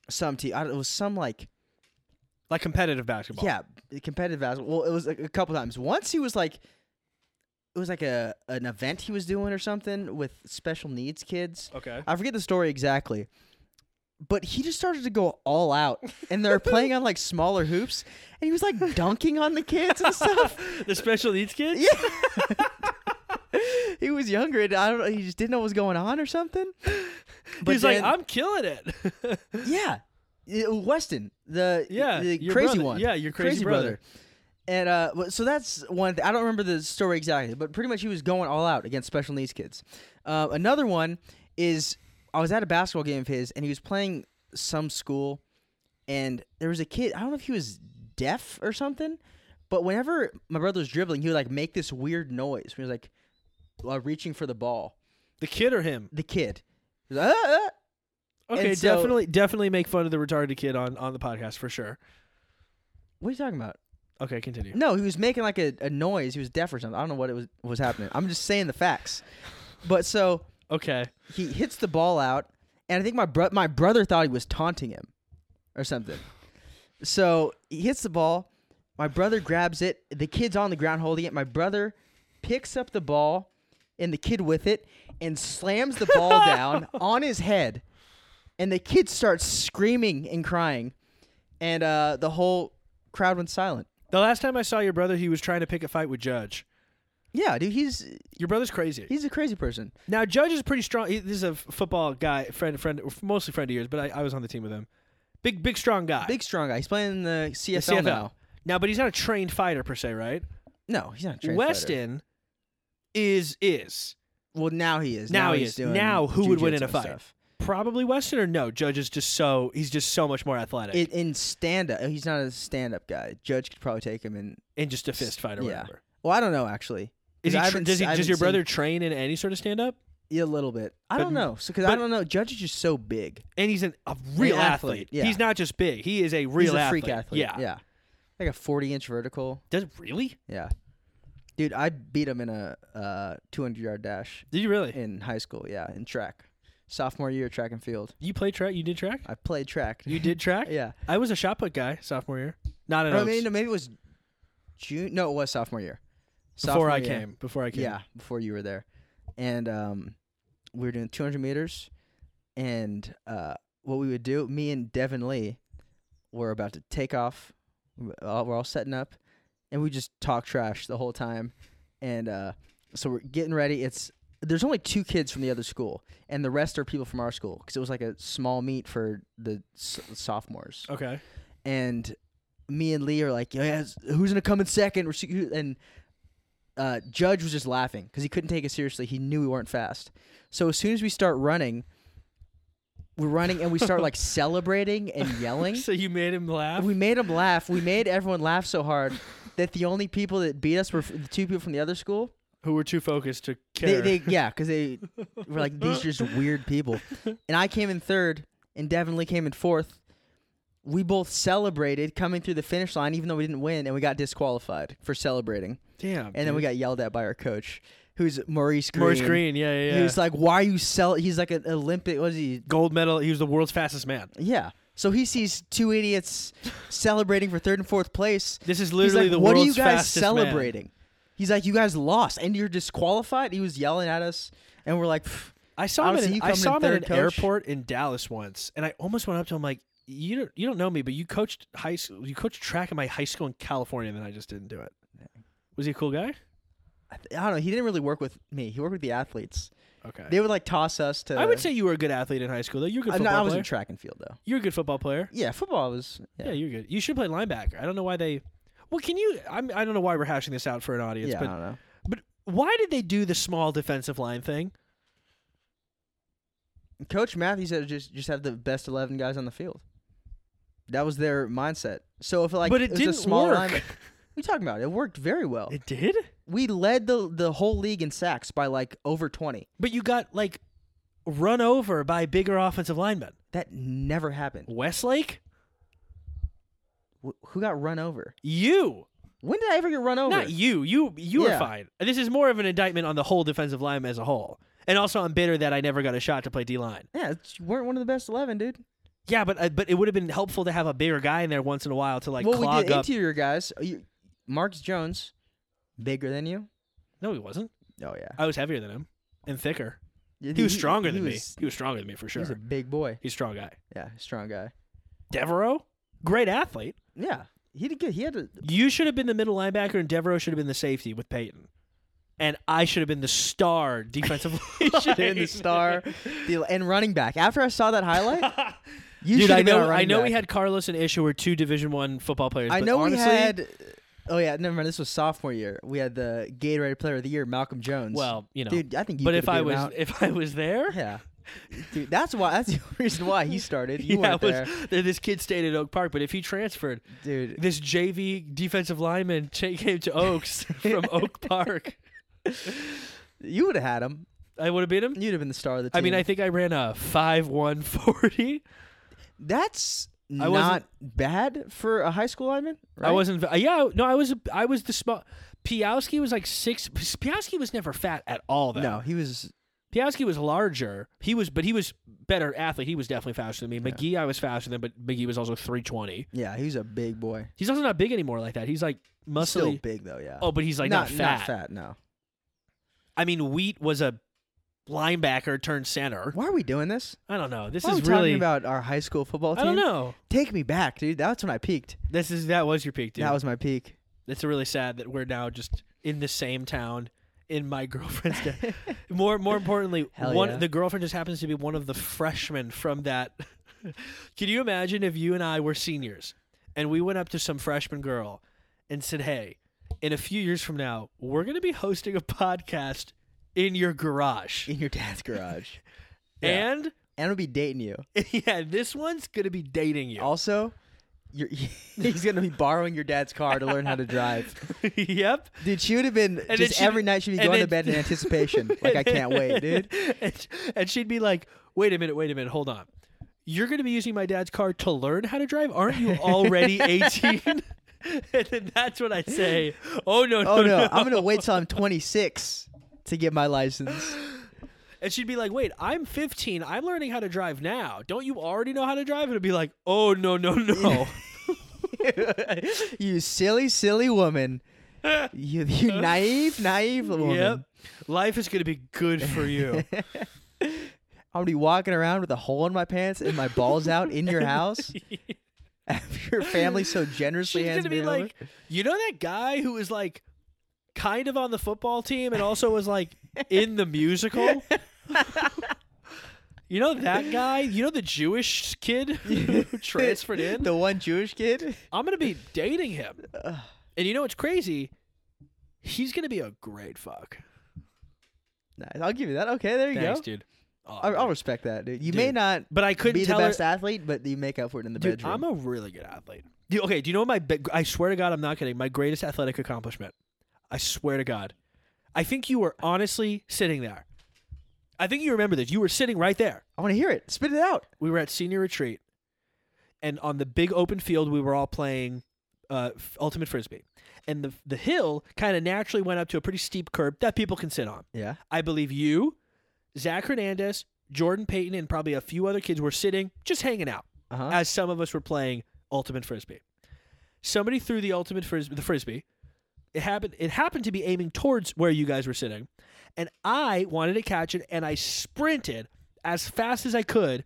Speaker 2: some team. I don't, it was some like
Speaker 1: Like competitive basketball.
Speaker 2: yeah, competitive basketball. Well, it was like a couple times. Once he was like, it was like a an event he was doing or something with special needs kids.
Speaker 1: Okay.
Speaker 2: I forget the story exactly, but he just started to go all out, and they're playing on like smaller hoops, and he was like dunking on the kids and stuff.
Speaker 1: the special needs kids?
Speaker 2: Yeah. he was younger, and I don't know. He just didn't know what was going on or something. But
Speaker 1: He's
Speaker 2: then-
Speaker 1: like, I'm killing it.
Speaker 2: Yeah, Yeah, Weston, the
Speaker 1: yeah.
Speaker 2: the
Speaker 1: your
Speaker 2: crazy
Speaker 1: brother.
Speaker 2: one.
Speaker 1: Yeah, your crazy, brother.
Speaker 2: And uh, w- so that's one. Th- I don't remember the story exactly, but pretty much he was going all out against special needs kids. Uh, another one is I was at a basketball game of his, and he was playing some school, and there was a kid. I don't know if he was deaf or something, but whenever my brother was dribbling, he would like make this weird noise. He was like uh, reaching for the ball.
Speaker 1: The kid or him?
Speaker 2: The kid. He was, "Ah, ah."
Speaker 1: Okay,
Speaker 2: And so-
Speaker 1: definitely definitely make fun of the retarded kid on, on the podcast for sure.
Speaker 2: What are you talking about?
Speaker 1: Okay, continue.
Speaker 2: No, he was making like a, a noise. He was deaf or something. I don't know what it was what was happening. I'm just saying the facts. But so
Speaker 1: Okay.
Speaker 2: he hits the ball out, and I think my bro- my brother thought he was taunting him or something. So he hits the ball. My brother grabs it. The kid's on the ground holding it. My brother picks up the ball and the kid with it and slams the ball down on his head. And the kid starts screaming and crying. And uh, the whole crowd went silent.
Speaker 1: The last time I saw your brother, he was trying to pick a fight with Judge.
Speaker 2: Yeah, dude, he's
Speaker 1: Your brother's crazy.
Speaker 2: he's a crazy person.
Speaker 1: Now Judge is pretty strong. He, this is a f- football guy, friend, friend, mostly friend of yours, but I, I was on the team with him. Big, big, strong guy.
Speaker 2: Big strong guy. He's playing in the
Speaker 1: The
Speaker 2: CFL,
Speaker 1: CFL.
Speaker 2: now.
Speaker 1: Now, but he's not a trained fighter per se, right?
Speaker 2: No, he's not a trained fighter.
Speaker 1: Weston is is
Speaker 2: Well, now he is.
Speaker 1: Now he
Speaker 2: he's
Speaker 1: is.
Speaker 2: Doing
Speaker 1: Now who would win in
Speaker 2: jujitsu
Speaker 1: a
Speaker 2: and
Speaker 1: fight?
Speaker 2: stuff.
Speaker 1: probably Weston or no. Judge is just so he's just so much more athletic
Speaker 2: In, in stand up, he's not a stand up guy. Judge could probably take him in.
Speaker 1: and just a fist fight or
Speaker 2: Yeah.
Speaker 1: whatever.
Speaker 2: Well, I don't know actually.
Speaker 1: Is
Speaker 2: 'Cause I
Speaker 1: he, tr-
Speaker 2: haven't
Speaker 1: does he,
Speaker 2: s- I
Speaker 1: does
Speaker 2: haven't
Speaker 1: your
Speaker 2: seen-
Speaker 1: brother train in any sort of stand up?
Speaker 2: Yeah, a little bit. I
Speaker 1: But-
Speaker 2: don't know. So because
Speaker 1: but-
Speaker 2: I don't know, Judge is just so big.
Speaker 1: And he's an, a real
Speaker 2: athlete,
Speaker 1: athlete.
Speaker 2: yeah.
Speaker 1: He's not just big. He is a real
Speaker 2: he's a
Speaker 1: athlete.
Speaker 2: freak athlete.
Speaker 1: Yeah.
Speaker 2: yeah, like a forty inch vertical.
Speaker 1: Does really?
Speaker 2: Yeah, dude, I beat him in a uh, two hundred yard dash
Speaker 1: Did you really?
Speaker 2: in high school. Yeah, in track, sophomore year track and field.
Speaker 1: You play track? You did track?
Speaker 2: I played track.
Speaker 1: You did track?
Speaker 2: yeah.
Speaker 1: I was a shot put guy sophomore year. Not an
Speaker 2: Or maybe, no, maybe it was June. No, it was sophomore year.
Speaker 1: before I
Speaker 2: Sophomore year.
Speaker 1: came. Before I came.
Speaker 2: Yeah, before you were there, and um, we were doing 200 meters, and uh, what we would do, me and Devin Lee, were about to take off. We're all, we're all setting up, and we just talk trash the whole time, and uh, so we're getting ready. It's there's only two kids from the other school, and the rest are people from our school because it was like a small meet for the s- sophomores
Speaker 1: Okay.
Speaker 2: and me and Lee are like, yeah, who's gonna come in second? We're se- who- And uh, Judge was just laughing because he couldn't take it seriously. He knew we weren't fast. So as soon as we start running, we're running and we start like celebrating and yelling.
Speaker 1: So you made him laugh.
Speaker 2: We made him laugh. We made everyone laugh so hard that the only people that beat us were f- the two people from the other school.
Speaker 1: who were too focused to
Speaker 2: They,
Speaker 1: care.
Speaker 2: they, yeah, because they were like these are just weird people. And I came in third, and Devin Lee came in fourth. We both celebrated coming through the finish line, even though we didn't win, and we got disqualified for celebrating.
Speaker 1: Damn.
Speaker 2: And then we got yelled at by our coach, who's Maurice Green.
Speaker 1: Maurice Green. Yeah, yeah, yeah.
Speaker 2: He was like, "Why are you sell?" He's like an Olympic. What is he?
Speaker 1: gold medal. He was the world's fastest man.
Speaker 2: Yeah. So he sees two idiots celebrating for third and fourth place.
Speaker 1: This is
Speaker 2: He's
Speaker 1: literally
Speaker 2: like,
Speaker 1: the
Speaker 2: "What are you
Speaker 1: world's
Speaker 2: guys
Speaker 1: fastest man."
Speaker 2: celebrating?" He's like, "You guys lost, and you're disqualified." He was yelling at us, and we're like, "Pff,
Speaker 1: I saw him.
Speaker 2: Honestly,
Speaker 1: At
Speaker 2: you
Speaker 1: an, I
Speaker 2: come
Speaker 1: saw him
Speaker 2: in
Speaker 1: at an
Speaker 2: third, coach.
Speaker 1: airport in Dallas once, and I almost went up to him like, "You don't, you don't know me, but you coached high school. You coached track in my high school in California, and then I just didn't do it." Was he a cool guy?
Speaker 2: I th- I don't know." He didn't really work with me. He worked with the athletes.
Speaker 1: Okay.
Speaker 2: They would like toss us to.
Speaker 1: I would say you were a good athlete in high school, though. You're a good
Speaker 2: I'm
Speaker 1: football
Speaker 2: not- I was
Speaker 1: player.
Speaker 2: in track and field though.
Speaker 1: you're a good football player.
Speaker 2: Yeah, football was.
Speaker 1: Yeah.
Speaker 2: Yeah,
Speaker 1: you're good. You should play linebacker. I don't know why they. Well, can you? I'm, I don't know why we're hashing this out for an audience,
Speaker 2: yeah I
Speaker 1: but
Speaker 2: don't know.
Speaker 1: but why did they do the small defensive line thing?
Speaker 2: Coach Matthews said just just have the best eleven guys on the field. That was their mindset. So if like
Speaker 1: but
Speaker 2: it,
Speaker 1: it
Speaker 2: was
Speaker 1: didn't
Speaker 2: a small
Speaker 1: work.
Speaker 2: Line, what are you talking about? It worked very well.
Speaker 1: It did.
Speaker 2: we led the the whole league in sacks by like over twenty.
Speaker 1: But you got like run over by bigger offensive linemen.
Speaker 2: That never happened.
Speaker 1: Westlake,
Speaker 2: Wh- who got run over?
Speaker 1: you,
Speaker 2: When did I ever get run over?
Speaker 1: not you. You you were
Speaker 2: Yeah.
Speaker 1: fine. This is more of an indictment on the whole defensive line as a whole. And also, I'm bitter that I never got a shot to play D line.
Speaker 2: yeah, it's- you weren't one of the best eleven, dude.
Speaker 1: Yeah, but uh, but it would have been helpful to have a bigger guy in there once in a while to like
Speaker 2: well, we
Speaker 1: clog
Speaker 2: did
Speaker 1: up.
Speaker 2: interior guys. Uh, You, Marks Jones, bigger than you.
Speaker 1: no, he wasn't.
Speaker 2: Oh yeah,
Speaker 1: I was heavier than him and thicker.
Speaker 2: Yeah,
Speaker 1: He was stronger than
Speaker 2: he
Speaker 1: me.
Speaker 2: was-
Speaker 1: He was stronger than me for
Speaker 2: He
Speaker 1: sure.
Speaker 2: was a big boy.
Speaker 1: He's a strong guy.
Speaker 2: Yeah, strong guy.
Speaker 1: Devereaux, great athlete.
Speaker 2: Yeah, he did good. He had a
Speaker 1: You should have been the middle linebacker, and Devereaux should have been the safety with Peyton. And I should have been the star defensive line.
Speaker 2: should have been the star the, and running back. After I saw that highlight, you
Speaker 1: Dude,
Speaker 2: should
Speaker 1: I
Speaker 2: have been our
Speaker 1: know. I
Speaker 2: running
Speaker 1: know
Speaker 2: back.
Speaker 1: we had Carlos and Ish, who were two Division One football players.
Speaker 2: I
Speaker 1: but
Speaker 2: know
Speaker 1: honestly,
Speaker 2: we had. Oh yeah, never mind. This was sophomore year. We had the Gatorade Player of the Year, Malcolm Jones.
Speaker 1: Well, you know.
Speaker 2: dude, I think you.
Speaker 1: but
Speaker 2: could
Speaker 1: if
Speaker 2: have
Speaker 1: I
Speaker 2: beat him
Speaker 1: was
Speaker 2: out.
Speaker 1: if I was there,
Speaker 2: yeah, dude, that's why. That's the reason why he started. You
Speaker 1: yeah,
Speaker 2: weren't
Speaker 1: I was-
Speaker 2: there,
Speaker 1: this kid stayed at Oak Park. But if he transferred,
Speaker 2: dude.
Speaker 1: this JV defensive lineman cha- came to Oaks from Oak Park.
Speaker 2: You would have had him.
Speaker 1: I would have beat him.
Speaker 2: You'd have been the star of the team.
Speaker 1: I mean, I think I ran a five one forty.
Speaker 2: that's
Speaker 1: I
Speaker 2: not
Speaker 1: wasn't-
Speaker 2: bad for a high school lineman. Right?
Speaker 1: I wasn't. uh, Yeah, no, I was. I was the small. Piowski was like six. Piowski was never fat at all. Though.
Speaker 2: No, he was.
Speaker 1: Piaski was larger. He was, but he was better athlete. He was definitely faster than me.
Speaker 2: Yeah.
Speaker 1: McGee, I was faster than, but McGee was also three twenty.
Speaker 2: Yeah, he was a big boy.
Speaker 1: He's also not big anymore like that. He's like muscly.
Speaker 2: Still big though. Yeah.
Speaker 1: Oh, but he's like not, fat.
Speaker 2: Not fat. No.
Speaker 1: I mean, Wheat was a linebacker turned center.
Speaker 2: Why are we doing this?
Speaker 1: I don't know. This
Speaker 2: Why are
Speaker 1: is
Speaker 2: we
Speaker 1: really.
Speaker 2: talking about our high school football
Speaker 1: I
Speaker 2: team.
Speaker 1: don't know.
Speaker 2: Take me back, dude. That's when I peaked.
Speaker 1: This is that was your peak, dude.
Speaker 2: That was my peak.
Speaker 1: it's really sad that we're now just in the same town in my girlfriend's de- more more importantly
Speaker 2: Hell
Speaker 1: one
Speaker 2: yeah.
Speaker 1: the girlfriend just happens to be one of the freshmen from that can you imagine if you and i were seniors and we went up to some freshman girl and said hey in a few years from now we're going to be hosting a podcast in your garage
Speaker 2: In your dad's garage. Yeah.
Speaker 1: and
Speaker 2: And it'll be dating you.
Speaker 1: yeah this one's going to be dating you
Speaker 2: Also, you're, he's going to be borrowing your dad's car to learn how to drive.
Speaker 1: yep
Speaker 2: Dude, she would have been
Speaker 1: then
Speaker 2: just
Speaker 1: she'd-
Speaker 2: every night she'd be
Speaker 1: and
Speaker 2: going to
Speaker 1: then-
Speaker 2: bed in anticipation. like, I can't wait, dude.
Speaker 1: and, and she'd be like, "Wait a minute, wait a minute, hold on. You're going to be using my dad's car to learn how to drive? Aren't you already 18?" and then that's when I say, "Oh no, no,
Speaker 2: Oh, no. I'm going to wait till I'm 26 to get my license.
Speaker 1: And she'd be like, "Wait, I'm 15. I'm learning how to drive now. Don't you already know how to drive?" And it'd be like, "Oh no, no, no."
Speaker 2: you silly, silly woman. You, you naive, naive woman.
Speaker 1: yep. Life is going to be good for you.
Speaker 2: I'm gonna be walking around with a hole in my pants and my balls out in your house. After your family so generously
Speaker 1: She's
Speaker 2: hands
Speaker 1: gonna
Speaker 2: me
Speaker 1: be
Speaker 2: over.
Speaker 1: like, you know that guy who was like kind of on the football team and also was like in the musical? you know that guy? You know the Jewish kid who transferred in?
Speaker 2: the one Jewish kid.
Speaker 1: I'm gonna be dating him. And you know what's crazy? He's gonna be a great fuck.
Speaker 2: Nice. I'll give you that. Okay, there you
Speaker 1: Thanks,
Speaker 2: go.
Speaker 1: dude. Oh,
Speaker 2: I, I'll
Speaker 1: man.
Speaker 2: respect that, dude. You may
Speaker 1: Dude,
Speaker 2: not
Speaker 1: but I couldn't
Speaker 2: be the
Speaker 1: tell
Speaker 2: best
Speaker 1: her.
Speaker 2: athlete, but you make up for it in the
Speaker 1: Dude,
Speaker 2: bedroom.
Speaker 1: I'm a really good athlete. Dude, okay, do you know what my? Big, I swear to God, I'm not kidding. My greatest athletic accomplishment. I swear to God, I think you were honestly sitting there. I think you remember this. You were sitting right there.
Speaker 2: I want to hear it. Spit it out.
Speaker 1: we were at senior retreat, and on the big open field, we were all playing uh, f- ultimate frisbee, and the the hill kind of naturally went up to a pretty steep curb that people can sit on.
Speaker 2: Yeah.
Speaker 1: I believe you, Zach Hernandez, Jordan Payton, and probably a few other kids were sitting just hanging out
Speaker 2: Uh huh.
Speaker 1: as some of us were playing ultimate frisbee. Somebody threw the ultimate frisbee, the frisbee. It happened. It happened to be aiming towards where you guys were sitting, and I wanted to catch it, and I sprinted as fast as I could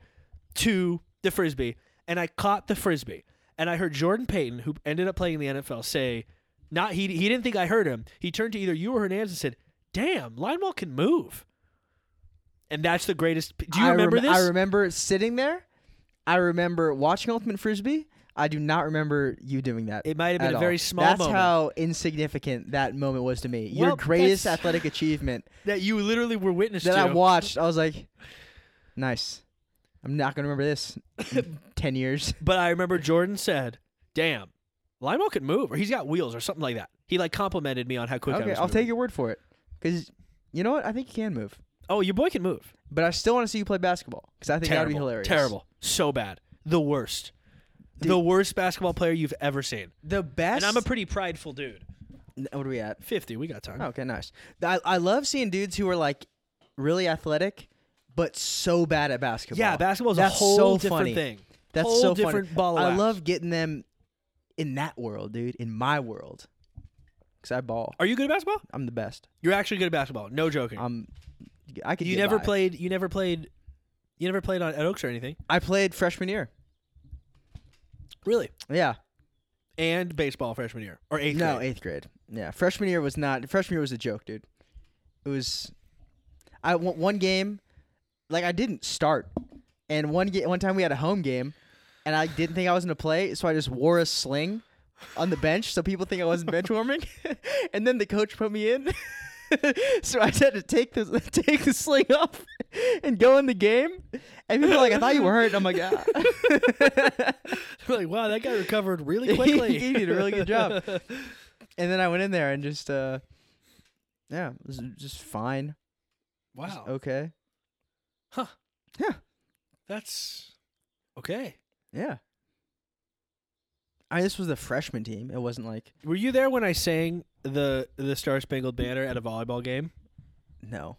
Speaker 1: to the frisbee, and I caught the frisbee. And I heard Jordan Payton, who ended up playing in the NFL, say, "Not he. He didn't think I heard him. He turned to either you or Hernandez and said, "Damn, Linewell can move." And that's the greatest. Do you
Speaker 2: I
Speaker 1: remember
Speaker 2: rem-
Speaker 1: this?
Speaker 2: I remember sitting there. I remember watching Ultimate Frisbee. I do not remember you doing that.
Speaker 1: It might have been
Speaker 2: at
Speaker 1: a very
Speaker 2: all.
Speaker 1: small
Speaker 2: That's
Speaker 1: moment.
Speaker 2: how insignificant that moment was to me. Your
Speaker 1: Well,
Speaker 2: greatest
Speaker 1: that's-
Speaker 2: athletic achievement
Speaker 1: that you literally were witness
Speaker 2: that
Speaker 1: to.
Speaker 2: I watched, I was like, nice. I'm not going to remember this in 10 years.
Speaker 1: But I remember Jordan said, "Damn, Lionel can move, or he's got wheels, or something like that." He like complimented me on how quick I
Speaker 2: Okay,
Speaker 1: was.
Speaker 2: I'll
Speaker 1: moving.
Speaker 2: take your word for it. Because you know what? I think you can move.
Speaker 1: Oh, your boy can move.
Speaker 2: But I still want to see you play basketball because I think that
Speaker 1: Terrible.
Speaker 2: would be hilarious.
Speaker 1: Terrible. So bad. The worst.
Speaker 2: Dude.
Speaker 1: The worst basketball player you've ever seen.
Speaker 2: The
Speaker 1: And
Speaker 2: best.
Speaker 1: I'm a pretty prideful dude.
Speaker 2: what are we at?
Speaker 1: Fifty. We got time.
Speaker 2: Oh, okay, nice. Th- I, I love seeing dudes who are like really athletic, but so bad at basketball.
Speaker 1: yeah, basketball's a
Speaker 2: That's
Speaker 1: whole
Speaker 2: so
Speaker 1: different
Speaker 2: funny.
Speaker 1: thing.
Speaker 2: That's
Speaker 1: whole
Speaker 2: so
Speaker 1: different
Speaker 2: funny.
Speaker 1: ball. Of
Speaker 2: I
Speaker 1: wax.
Speaker 2: love getting them in that world, dude. In my world, because I ball.
Speaker 1: Are you good at basketball?
Speaker 2: I'm the best.
Speaker 1: You're actually good at basketball. No joking.
Speaker 2: I'm. I could.
Speaker 1: you
Speaker 2: get
Speaker 1: never
Speaker 2: by.
Speaker 1: played. You never played. You never played on at Oaks or anything.
Speaker 2: I played freshman year.
Speaker 1: Really.
Speaker 2: Yeah.
Speaker 1: And baseball freshman year or eighth
Speaker 2: no,
Speaker 1: grade.
Speaker 2: eighth grade. Yeah, freshman year was not. Freshman year was a joke, dude. It was. I one one game, like I didn't start, and one ga- one time we had a home game, and I didn't think I was gonna play, so I just wore a sling on the bench, so people think I wasn't bench warming, and then the coach put me in. so I had to take the take the sling off and go in the game, and people were like, "I thought you were hurt." I'm like, ah.
Speaker 1: like wow, that guy recovered really
Speaker 2: He
Speaker 1: quickly.
Speaker 2: did a really good job. and then I went in there and just uh yeah, it was just fine. It was
Speaker 1: Wow.
Speaker 2: Okay.
Speaker 1: That's okay.
Speaker 2: Yeah. I this was the freshman team. It wasn't like
Speaker 1: Were you there when I sang the the Star Spangled Banner at a volleyball game?
Speaker 2: no.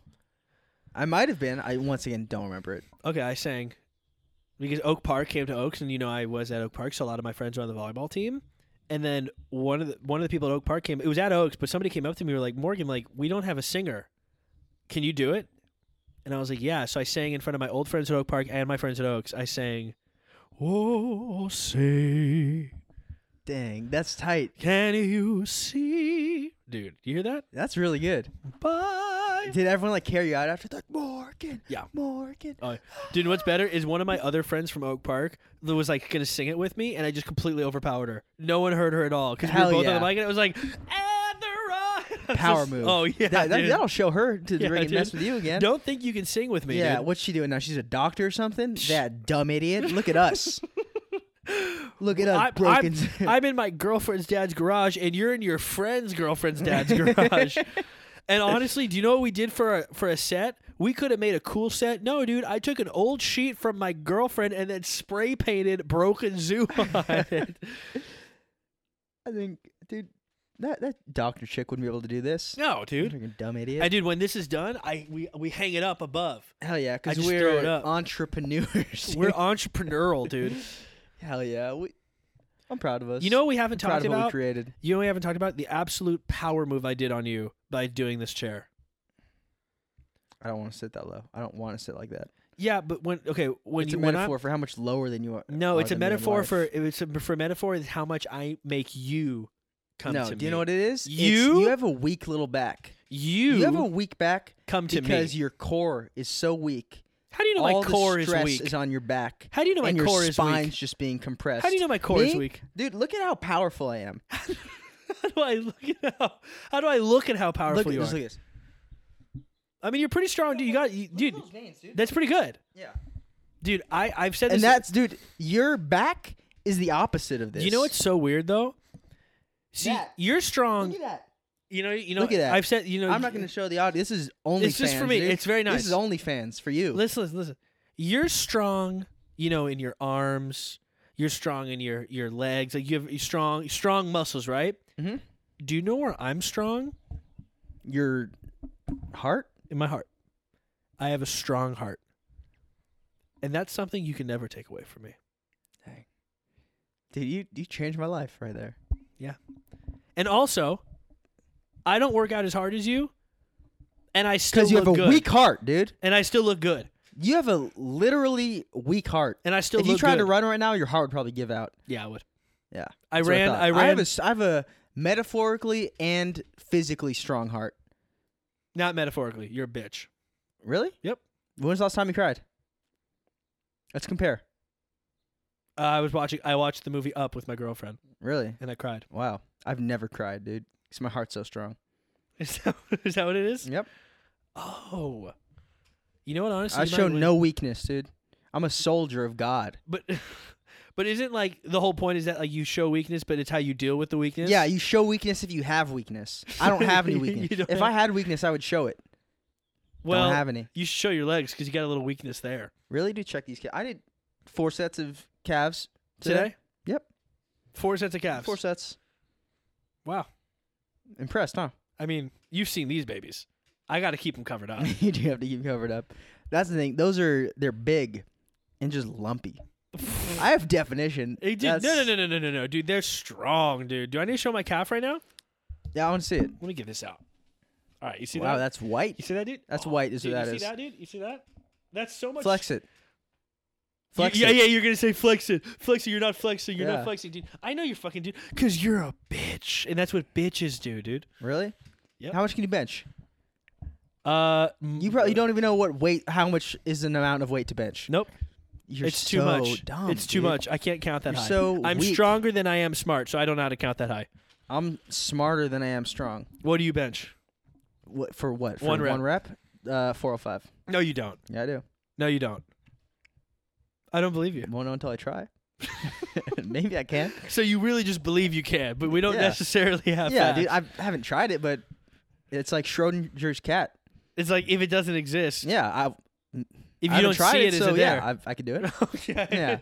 Speaker 2: I might have been. I once again don't remember it.
Speaker 1: Okay, I sang because Oak Park came to Oaks, and you know I was at Oak Park, so a lot of my friends were on the volleyball team. And then one of the one of the people at Oak Park came. It was at Oaks, but somebody came up to me, were like, "Morgan, like we don't have a singer. Can you do it?" And I was like, "Yeah." So I sang in front of my old friends at Oak Park and my friends at Oaks. I sang, "Oh, say,
Speaker 2: Dang, that's tight.
Speaker 1: can you see, dude? You hear that?"
Speaker 2: That's really good.
Speaker 1: Bye.
Speaker 2: Did everyone like carry you out after like Morgan?
Speaker 1: Yeah.
Speaker 2: Morgan.
Speaker 1: Oh, dude, what's better is one of my other friends from Oak Park that was like gonna sing it with me, and I just completely overpowered her. No one heard her at all because we were
Speaker 2: Hell
Speaker 1: both on
Speaker 2: yeah.
Speaker 1: the mic, and it was like "At the rock." I was
Speaker 2: Power
Speaker 1: just-
Speaker 2: move.
Speaker 1: Oh yeah,
Speaker 2: That, that,
Speaker 1: dude.
Speaker 2: that'll show her to
Speaker 1: Yeah,
Speaker 2: ring and mess
Speaker 1: dude.
Speaker 2: with you again.
Speaker 1: Don't think you can sing with me.
Speaker 2: yeah,
Speaker 1: dude.
Speaker 2: what's she doing now? She's a doctor or something? That dumb idiot. Look at us. Look at us
Speaker 1: I,
Speaker 2: broken.
Speaker 1: am I'm in my girlfriend's dad's garage, and you're in your friend's girlfriend's dad's garage. And honestly, do you know what we did for a, for a set? We could have made a cool set. No, dude, I took an old sheet from my girlfriend and then spray painted "Broken Zoo" on it.
Speaker 2: I think, dude, that, that doctor chick wouldn't be able to do this.
Speaker 1: No, dude.
Speaker 2: Freaking dumb idiot.
Speaker 1: And dude, when this is done, I we we hang it up above.
Speaker 2: Hell yeah,
Speaker 1: I
Speaker 2: because
Speaker 1: just throw it
Speaker 2: we're
Speaker 1: up.
Speaker 2: entrepreneurs. dude.
Speaker 1: We're entrepreneurial, dude.
Speaker 2: Hell yeah. We, I'm proud of us.
Speaker 1: You know what we haven't
Speaker 2: proud
Speaker 1: talked
Speaker 2: of what we
Speaker 1: about?
Speaker 2: created.
Speaker 1: You know what we haven't talked about? The absolute power move I did on you by doing this chair.
Speaker 2: I don't want to sit that low. I don't want to sit like that.
Speaker 1: Yeah, but when okay, when
Speaker 2: it's
Speaker 1: you
Speaker 2: a
Speaker 1: when
Speaker 2: metaphor for how much lower than you are.
Speaker 1: I, no,
Speaker 2: are
Speaker 1: it's a
Speaker 2: than me in
Speaker 1: metaphor
Speaker 2: life.
Speaker 1: for it's a for metaphor is how much I make you come
Speaker 2: no,
Speaker 1: to me.
Speaker 2: do you know what it is? It's-
Speaker 1: You-
Speaker 2: you have a weak little back.
Speaker 1: you,
Speaker 2: you have a weak back
Speaker 1: come to me.
Speaker 2: because your core is so weak.
Speaker 1: How do you know
Speaker 2: all
Speaker 1: my core
Speaker 2: the
Speaker 1: is
Speaker 2: stress
Speaker 1: weak?
Speaker 2: on your back.
Speaker 1: How do you know my
Speaker 2: and your
Speaker 1: core is
Speaker 2: spine's
Speaker 1: weak?
Speaker 2: just being compressed.
Speaker 1: How do you know my core is
Speaker 2: Me?
Speaker 1: weak?
Speaker 2: Dude, look at how powerful I am.
Speaker 1: How do I look at how, how do I look at how
Speaker 2: Look,
Speaker 1: powerful you are?
Speaker 2: just look at this.
Speaker 1: I mean, you're pretty strong, dude. You got, you, dude.
Speaker 2: veins, dude.
Speaker 1: That's pretty good,
Speaker 2: Yeah.
Speaker 1: dude. I I've said this.
Speaker 2: And that's, dude, your back is the opposite of this.
Speaker 1: you know what's so weird though. See,
Speaker 2: That.
Speaker 1: you're strong.
Speaker 2: Look at that.
Speaker 1: You know, you know.
Speaker 2: Look at that.
Speaker 1: I've said, you know.
Speaker 2: I'm not going to show the audio. This is only.
Speaker 1: It's just for me. It's very nice.
Speaker 2: This is only fans for you.
Speaker 1: listen, listen, listen. You're strong, you know, in your arms. You're strong in your your legs. Like you have strong strong muscles, right?
Speaker 2: Mhm.
Speaker 1: Do you know where I'm strong?
Speaker 2: Your heart.
Speaker 1: In my heart. I have a strong heart. And that's something you can never take away from me.
Speaker 2: Dude, you you changed my life right there.
Speaker 1: And also, I don't work out as hard as you, and I still
Speaker 2: Because you
Speaker 1: look
Speaker 2: have a
Speaker 1: good.
Speaker 2: weak heart, dude.
Speaker 1: and I still look good.
Speaker 2: You have a literally weak heart.
Speaker 1: And I still
Speaker 2: if
Speaker 1: look
Speaker 2: you tried
Speaker 1: good.
Speaker 2: to run right now, your heart would probably give out.
Speaker 1: Yeah, I would.
Speaker 2: Yeah.
Speaker 1: I
Speaker 2: That's what
Speaker 1: ran.
Speaker 2: thought.
Speaker 1: I, ran.
Speaker 2: I have a s- I have a metaphorically and physically strong heart.
Speaker 1: not metaphorically. You're a bitch.
Speaker 2: Really?
Speaker 1: Yep.
Speaker 2: When was the last time you cried? Let's compare.
Speaker 1: Uh, I was watching. I watched the movie Up with my girlfriend,
Speaker 2: Really?
Speaker 1: and I cried.
Speaker 2: Wow. I've never cried, dude. Because my heart's so strong.
Speaker 1: Is that, is that what it is?
Speaker 2: Yep.
Speaker 1: Oh, you know what? Honestly,
Speaker 2: I
Speaker 1: you might
Speaker 2: show
Speaker 1: win.
Speaker 2: no weakness, dude. I'm a soldier of God.
Speaker 1: But but isn't like the whole point is that like you show weakness, but it's how you deal with the weakness.
Speaker 2: Yeah, you show weakness if you have weakness. I don't have any
Speaker 1: You
Speaker 2: weakness.
Speaker 1: don't
Speaker 2: if I had weakness, I would show it.
Speaker 1: well,
Speaker 2: don't have any.
Speaker 1: you should show your legs because you got a little weakness there
Speaker 2: Really do check these. Ca- I did four sets of calves
Speaker 1: today.
Speaker 2: today. Yep.
Speaker 1: Four sets of calves.
Speaker 2: Four sets.
Speaker 1: Wow.
Speaker 2: Impressed, huh?
Speaker 1: I mean, you've seen these babies. I got to keep them covered up.
Speaker 2: you do have to keep covered up. That's the thing. Those are they're big and just lumpy. I have definition.
Speaker 1: Hey, dude, no,
Speaker 2: That's-
Speaker 1: no, no, no, no, no, no, dude. They're strong, dude. Do I need to show my calf right now?
Speaker 2: Yeah, I want to see it.
Speaker 1: Let me get this out. All right, you see
Speaker 2: Wow,
Speaker 1: that?
Speaker 2: that's white.
Speaker 1: You see that, dude?
Speaker 2: That's white is
Speaker 1: dude,
Speaker 2: what that
Speaker 1: you
Speaker 2: is.
Speaker 1: see that, dude? You see that? That's so much.
Speaker 2: Flex it.
Speaker 1: You-
Speaker 2: Flex
Speaker 1: yeah,
Speaker 2: it.
Speaker 1: yeah, you're gonna say flex it, flex it. You're not flexing. You're
Speaker 2: Yeah.
Speaker 1: not flexing, dude. I know you're fucking, dude, because you're a bitch, and that's what bitches do, dude.
Speaker 2: Really?
Speaker 1: Yep.
Speaker 2: How much can you bench?
Speaker 1: Uh,
Speaker 2: You probably don't even know what weight, how much is an amount of weight to bench.
Speaker 1: Nope,
Speaker 2: You're
Speaker 1: it's too
Speaker 2: so
Speaker 1: much.
Speaker 2: Dumb,
Speaker 1: it's too
Speaker 2: dude.
Speaker 1: much. I can't count that
Speaker 2: You're
Speaker 1: high.
Speaker 2: so
Speaker 1: I'm
Speaker 2: weak.
Speaker 1: stronger than I am smart, so I don't know how to count that high.
Speaker 2: I'm smarter than I am strong.
Speaker 1: What do you bench?
Speaker 2: What for? What for
Speaker 1: One rep.
Speaker 2: One rep. Uh, 405.
Speaker 1: No, you don't.
Speaker 2: Yeah, I do.
Speaker 1: No, you don't. I don't believe you.
Speaker 2: Won't know until I try. Maybe I can.
Speaker 1: So you really just believe you can, but we don't
Speaker 2: Yeah.
Speaker 1: necessarily have.
Speaker 2: yeah,
Speaker 1: facts.
Speaker 2: dude. I haven't tried it, but it's like Schrodinger's cat.
Speaker 1: it's like if it doesn't exist,
Speaker 2: Yeah, I.
Speaker 1: if
Speaker 2: I
Speaker 1: you
Speaker 2: haven't
Speaker 1: don't
Speaker 2: tried
Speaker 1: see it, is
Speaker 2: so
Speaker 1: it there?
Speaker 2: yeah, I, I could do it.
Speaker 1: okay.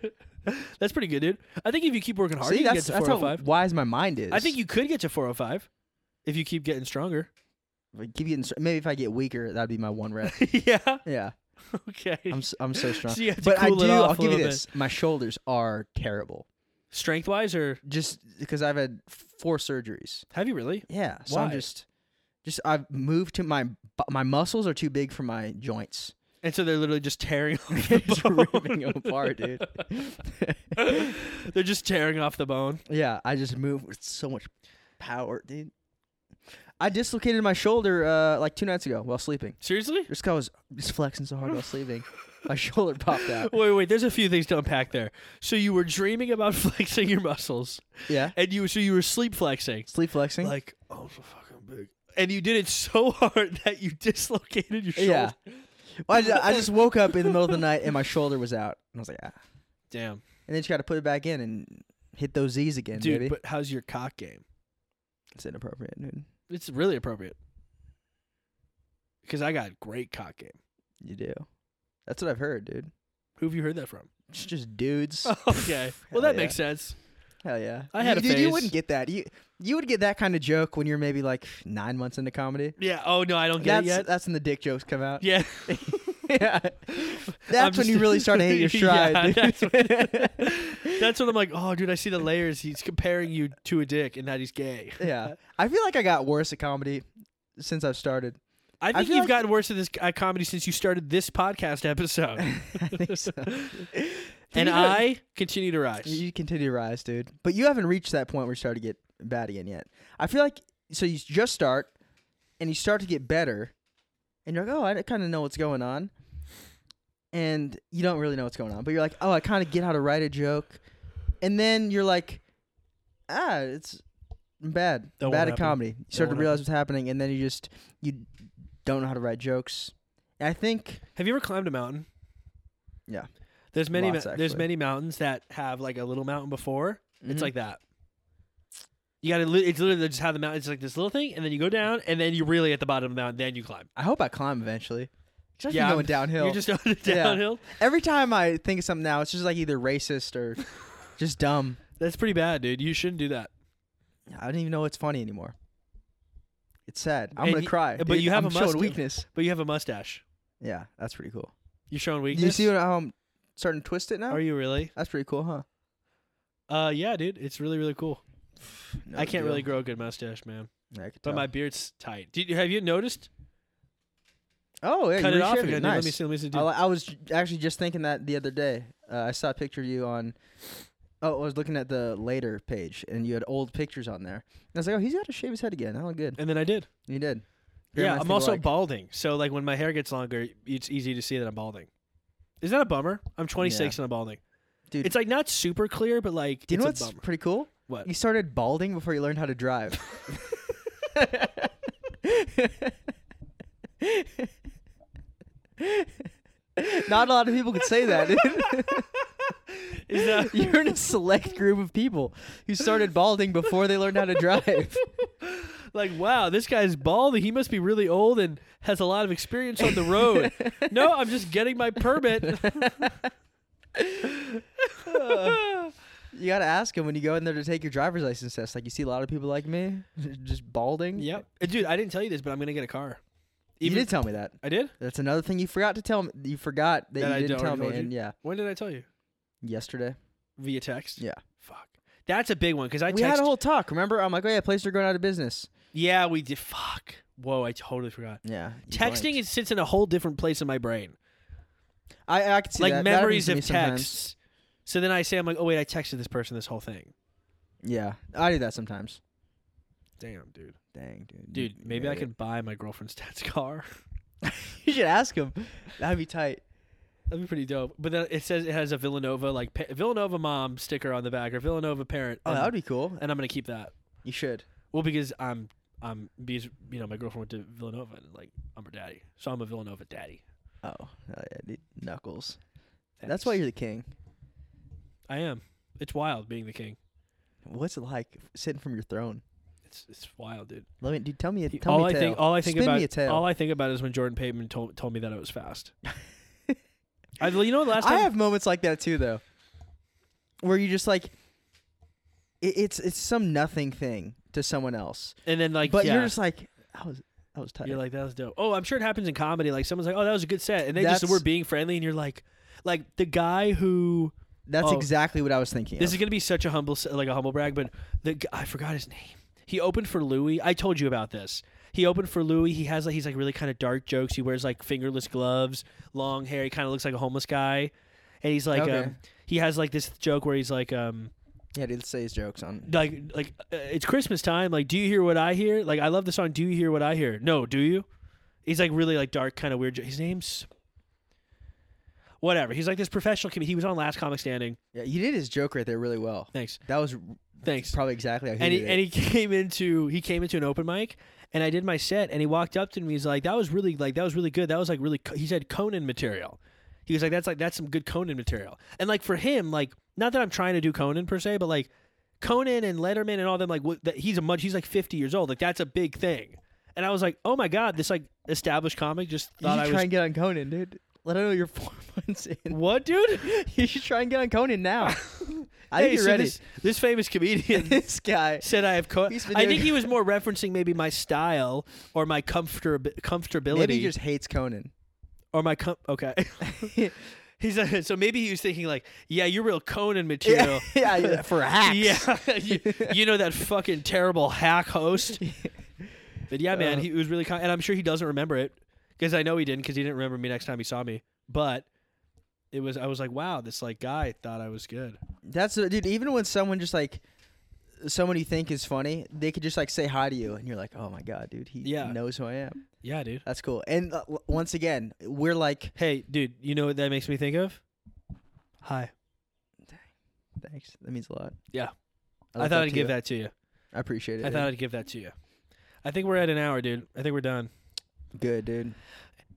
Speaker 1: That's pretty good, dude. I think if you keep working hard,
Speaker 2: See,
Speaker 1: you can get
Speaker 2: that's,
Speaker 1: to
Speaker 2: that's how
Speaker 1: 405.
Speaker 2: wise my mind is.
Speaker 1: I think you could get to 405 if you keep getting stronger.
Speaker 2: If I keep getting str- maybe if I get weaker, that'd be my one rep.
Speaker 1: yeah.
Speaker 2: yeah,
Speaker 1: Okay.
Speaker 2: I'm s- I'm so strong.
Speaker 1: So you have to
Speaker 2: but I
Speaker 1: cool
Speaker 2: do.
Speaker 1: it off
Speaker 2: I'll
Speaker 1: a
Speaker 2: give you
Speaker 1: little
Speaker 2: this. My shoulders are terrible,
Speaker 1: Strength wise, or
Speaker 2: just because I've had four surgeries.
Speaker 1: have you really?
Speaker 2: Yeah, so I'm
Speaker 1: Why?
Speaker 2: just just I've moved to my bu- my muscles are too big for my joints.
Speaker 1: And so they're literally just tearing off the
Speaker 2: It's
Speaker 1: bone.
Speaker 2: ripping apart, dude.
Speaker 1: they're just tearing off the bone.
Speaker 2: Yeah, I just move with so much power, dude. I dislocated my shoulder uh, like two nights ago while sleeping.
Speaker 1: Seriously?
Speaker 2: Just 'cause I was just flexing so hard while sleeping. My shoulder popped out.
Speaker 1: Wait, wait. There's a few things to unpack there. So you were dreaming about flexing your muscles,
Speaker 2: Yeah.
Speaker 1: and you so you were sleep flexing,
Speaker 2: Sleep flexing.
Speaker 1: like oh, I'm so fucking big, and you did it so hard that you dislocated your shoulder.
Speaker 2: Yeah. Well, I, ju- I just woke up in the middle of the night and my shoulder was out. And I was like, ah.
Speaker 1: Damn.
Speaker 2: And then you got to put it back in and hit those Z's again,
Speaker 1: Dude,
Speaker 2: baby.
Speaker 1: but how's your cock game?
Speaker 2: it's inappropriate, dude.
Speaker 1: It's really appropriate. Because I got great cock game.
Speaker 2: You do. That's what I've heard, dude.
Speaker 1: Who have you heard that from?
Speaker 2: It's just dudes.
Speaker 1: okay. Well,
Speaker 2: Hell
Speaker 1: that makes sense.
Speaker 2: Hell yeah.
Speaker 1: I had
Speaker 2: you,
Speaker 1: a
Speaker 2: dude, you
Speaker 1: phase.
Speaker 2: wouldn't get that. You you would get that kind of joke when you're maybe like nine months into comedy.
Speaker 1: Yeah. Oh no, I don't get
Speaker 2: That's
Speaker 1: it
Speaker 2: that's when the dick jokes come out.
Speaker 1: yet. Yeah.
Speaker 2: Yeah. That's when
Speaker 1: just-
Speaker 2: you really start to hate your stride.
Speaker 1: Yeah,
Speaker 2: dude.
Speaker 1: that's That's what I'm like. Oh, dude, I see the layers. He's comparing you to a dick, and that he's gay.
Speaker 2: yeah. I feel like I got worse at comedy since I've started.
Speaker 1: I think
Speaker 2: feel
Speaker 1: you've
Speaker 2: like-
Speaker 1: gotten worse at this at comedy since you started this podcast episode,
Speaker 2: I think so.
Speaker 1: and
Speaker 2: You-
Speaker 1: I continue to rise.
Speaker 2: you continue to rise, dude. But you haven't reached that point where you start to get bad again yet. I feel like so you just start and you start to get better and you're like, "Oh, I kind of know what's going on." And you don't really know what's going on, but you're like, "Oh, I kind of get how to write a joke." And then you're like, "Ah, it's bad.
Speaker 1: That
Speaker 2: bad
Speaker 1: won't
Speaker 2: at comedy. You start to
Speaker 1: won't
Speaker 2: realize what's happening, and then you just you don't know how to write jokes. And I think
Speaker 1: Have you ever climbed a mountain?
Speaker 2: Yeah.
Speaker 1: There's many
Speaker 2: Lots,
Speaker 1: mou- there's
Speaker 2: actually.
Speaker 1: many mountains that have like a little mountain before.
Speaker 2: Mhm.
Speaker 1: It's like that. You got to li- it's literally just how the mountain it's like this little thing and then you go down and then you're really at the bottom of the mountain then you climb.
Speaker 2: I hope I climb eventually. Just
Speaker 1: Yeah,
Speaker 2: yeah, going
Speaker 1: I'm-
Speaker 2: downhill.
Speaker 1: You're just going
Speaker 2: Yeah.
Speaker 1: downhill.
Speaker 2: Every time I think of something now, it's just like either racist or just dumb.
Speaker 1: That's pretty bad, dude. You shouldn't do that.
Speaker 2: I don't even know what's funny anymore. It's sad. I'm
Speaker 1: And
Speaker 2: gonna
Speaker 1: you-
Speaker 2: cry.
Speaker 1: but
Speaker 2: dude.
Speaker 1: you have
Speaker 2: I'm
Speaker 1: a
Speaker 2: showing
Speaker 1: must-
Speaker 2: weakness.
Speaker 1: But you have a mustache.
Speaker 2: Yeah, that's pretty cool.
Speaker 1: You're showing
Speaker 2: Do
Speaker 1: weakness.
Speaker 2: You see what- how I'm starting to twist it now?
Speaker 1: Are you really?
Speaker 2: that's pretty cool, huh?
Speaker 1: Uh yeah, dude. It's really really cool.
Speaker 2: No
Speaker 1: I can't
Speaker 2: deal.
Speaker 1: really grow a good mustache, man.
Speaker 2: Yeah, I could
Speaker 1: But
Speaker 2: tell.
Speaker 1: my beard's tight. Did you have you noticed?
Speaker 2: oh, yeah,
Speaker 1: Cut
Speaker 2: you
Speaker 1: it off
Speaker 2: reshaved
Speaker 1: again. dude. Let
Speaker 2: Nice.
Speaker 1: me see. Let me see. Dude.
Speaker 2: I, li- I was j- actually just thinking that the other day. Uh, I saw a picture of you on. Oh, I was looking at the later page, and you had old pictures on there. And I was like, "Oh, he's got to shave his head again. That looked good."
Speaker 1: and then I did.
Speaker 2: And you did. Very
Speaker 1: Yeah,
Speaker 2: nice
Speaker 1: I'm
Speaker 2: to
Speaker 1: also
Speaker 2: like.
Speaker 1: balding. So like when my hair gets longer, it's easy to see that I'm balding. Is that a bummer? I'm 26 and I'm balding.
Speaker 2: Dude.
Speaker 1: it's like not super clear, but like
Speaker 2: Do you
Speaker 1: it's
Speaker 2: know
Speaker 1: a
Speaker 2: what's
Speaker 1: bummer. Uh,
Speaker 2: pretty cool?
Speaker 1: What?
Speaker 2: You started balding before you learned how to drive. Not a lot of people could say that.
Speaker 1: Is that-
Speaker 2: You're in a select group of people who started balding before they learned how to drive.
Speaker 1: like wow, this guy's bald. He must be really old and has a lot of experience on the road. no, I'm just getting my permit.
Speaker 2: You gotta ask them when you go in there to take your driver's license test. Like you see a lot of people like me, just balding.
Speaker 1: yep, Uh, dude. I didn't tell you this, but I'm gonna get a car.
Speaker 2: You
Speaker 1: Even-
Speaker 2: did tell me that.
Speaker 1: I did.
Speaker 2: That's another thing you forgot to tell me. You forgot that,
Speaker 1: That I
Speaker 2: you didn't
Speaker 1: don't-
Speaker 2: tell me.
Speaker 1: told you?
Speaker 2: And yeah,
Speaker 1: When did I tell you?
Speaker 2: yesterday.
Speaker 1: Via text.
Speaker 2: Yeah.
Speaker 1: Fuck. That's a big one because I
Speaker 2: we
Speaker 1: text-
Speaker 2: had a whole talk. Remember? I'm like, oh yeah, places are going out of business.
Speaker 1: Yeah, we did. Fuck. Whoa, I totally forgot.
Speaker 2: Yeah. you
Speaker 1: Texting
Speaker 2: blanked.
Speaker 1: it sits in a whole different place in my brain.
Speaker 2: I, I could see
Speaker 1: like
Speaker 2: that. That happens
Speaker 1: memories
Speaker 2: to
Speaker 1: of
Speaker 2: me sometimes.
Speaker 1: texts. So then I say, I'm like, oh, wait, I texted this person this whole thing.
Speaker 2: Yeah, I do that sometimes.
Speaker 1: Damn, dude.
Speaker 2: Dang, dude.
Speaker 1: Dude,
Speaker 2: You
Speaker 1: maybe I
Speaker 2: made it.
Speaker 1: could buy my girlfriend's dad's car.
Speaker 2: you should ask him. That'd be tight.
Speaker 1: That'd be pretty dope. But then it says it has a Villanova, like, pa- Villanova mom sticker on the back or Villanova parent.
Speaker 2: Oh,
Speaker 1: and,
Speaker 2: that would be cool.
Speaker 1: and I'm going to keep that.
Speaker 2: You should.
Speaker 1: Well, because I'm, I'm, because, you know, my girlfriend went to Villanova and, like, I'm her daddy. So I'm a Villanova daddy.
Speaker 2: Oh, hell yeah, dude. knuckles.
Speaker 1: Thanks.
Speaker 2: That's why you're the king.
Speaker 1: I am. It's wild being the king.
Speaker 2: What's it like sitting from your throne?
Speaker 1: It's, it's wild, dude.
Speaker 2: Let me, dude. Tell me. A, tell
Speaker 1: all
Speaker 2: me a
Speaker 1: I
Speaker 2: tale.
Speaker 1: think, all I think
Speaker 2: Spin
Speaker 1: about,
Speaker 2: me a tale.
Speaker 1: all I think about is when Jordan Payton told told me that I was fast. I, you know, last time
Speaker 2: I have moments like that too, though, where you just like it, it's it's some nothing thing to someone else,
Speaker 1: and then like,
Speaker 2: but
Speaker 1: yeah,
Speaker 2: you're just like, I was, I was tight.
Speaker 1: you're like that was dope. Oh, I'm sure it happens in comedy. Like someone's like, oh, that was a good set, and they just
Speaker 2: That's-
Speaker 1: were being friendly, and you're like, like the guy who
Speaker 2: That's
Speaker 1: oh.
Speaker 2: exactly what I was thinking.
Speaker 1: this
Speaker 2: of.
Speaker 1: is gonna be such a humble s- like a humble brag, but the g- I forgot his name. He opened for Louis. I told you about this. He opened for Louis. He has like he's like really kind of dark jokes. He wears like fingerless gloves, long hair. He kind of looks like a homeless guy, and he's like,
Speaker 2: Okay.
Speaker 1: um, he has like this joke where he's like, um.
Speaker 2: yeah, dude. Let's say his jokes on.
Speaker 1: like like uh, it's Christmas time. Like, do you hear what I hear? Like, I love the song. Do you hear what I hear? No, do you? He's like really like dark, kind of weird. jo- His name's whatever. He's like this professional. Com- he was on Last Comic Standing.
Speaker 2: Yeah, you did his joke right there really well.
Speaker 1: Thanks,
Speaker 2: That was
Speaker 1: thanks.
Speaker 2: probably exactly how he
Speaker 1: And
Speaker 2: did
Speaker 1: he
Speaker 2: it.
Speaker 1: and he came into he came into an open mic, and I did my set, and he walked up to me. He's like, that was really like that was really good. That was like really. Co-. He said Conan material. He was like, that's like that's some good Conan material. And like for him, like not that I'm trying to do Conan per se, but like Conan and Letterman and all them like what, that he's a much he's like 50 years old. Like that's a big thing. And I was like, oh my god, this like established comic just
Speaker 2: you
Speaker 1: thought
Speaker 2: should
Speaker 1: I
Speaker 2: try
Speaker 1: was
Speaker 2: and get on Conan, dude. Let her know you're four months in.
Speaker 1: what, dude?
Speaker 2: You should try and get on Conan now. I
Speaker 1: Hey,
Speaker 2: think you're
Speaker 1: so
Speaker 2: ready.
Speaker 1: This, this famous comedian
Speaker 2: this guy.
Speaker 1: said I have Conan.
Speaker 2: He's been
Speaker 1: I
Speaker 2: doing-
Speaker 1: think he was more referencing maybe my style or my comfortab- comfortability
Speaker 2: Maybe he just hates Conan.
Speaker 1: or my com- okay. He's uh, so maybe he was thinking like, yeah, you're real Conan material.
Speaker 2: yeah, yeah, for hacks.
Speaker 1: Yeah, you, you know that fucking terrible hack host. But yeah, man,
Speaker 2: Uh,
Speaker 1: he was really kind, and I'm sure he doesn't remember it because I know he didn't because he didn't remember me next time he saw me. But it was, I was like, wow, this like guy thought I was good.
Speaker 2: That's dude. Even when someone just like someone you think is funny, they could just like say hi to you, and you're like, oh my god, dude, he
Speaker 1: Yeah.
Speaker 2: knows who I am.
Speaker 1: Yeah, dude.
Speaker 2: That's cool. And uh, w- once again, we're like,
Speaker 1: Hey, dude, you know what that makes me think of? Hi.
Speaker 2: thanks. That means a lot.
Speaker 1: Yeah.
Speaker 2: like
Speaker 1: I thought I'd
Speaker 2: too.
Speaker 1: give that to you.
Speaker 2: I appreciate it.
Speaker 1: I
Speaker 2: dude.
Speaker 1: thought I'd give that to you. I think we're at an hour, dude. I think we're done.
Speaker 2: Good, dude.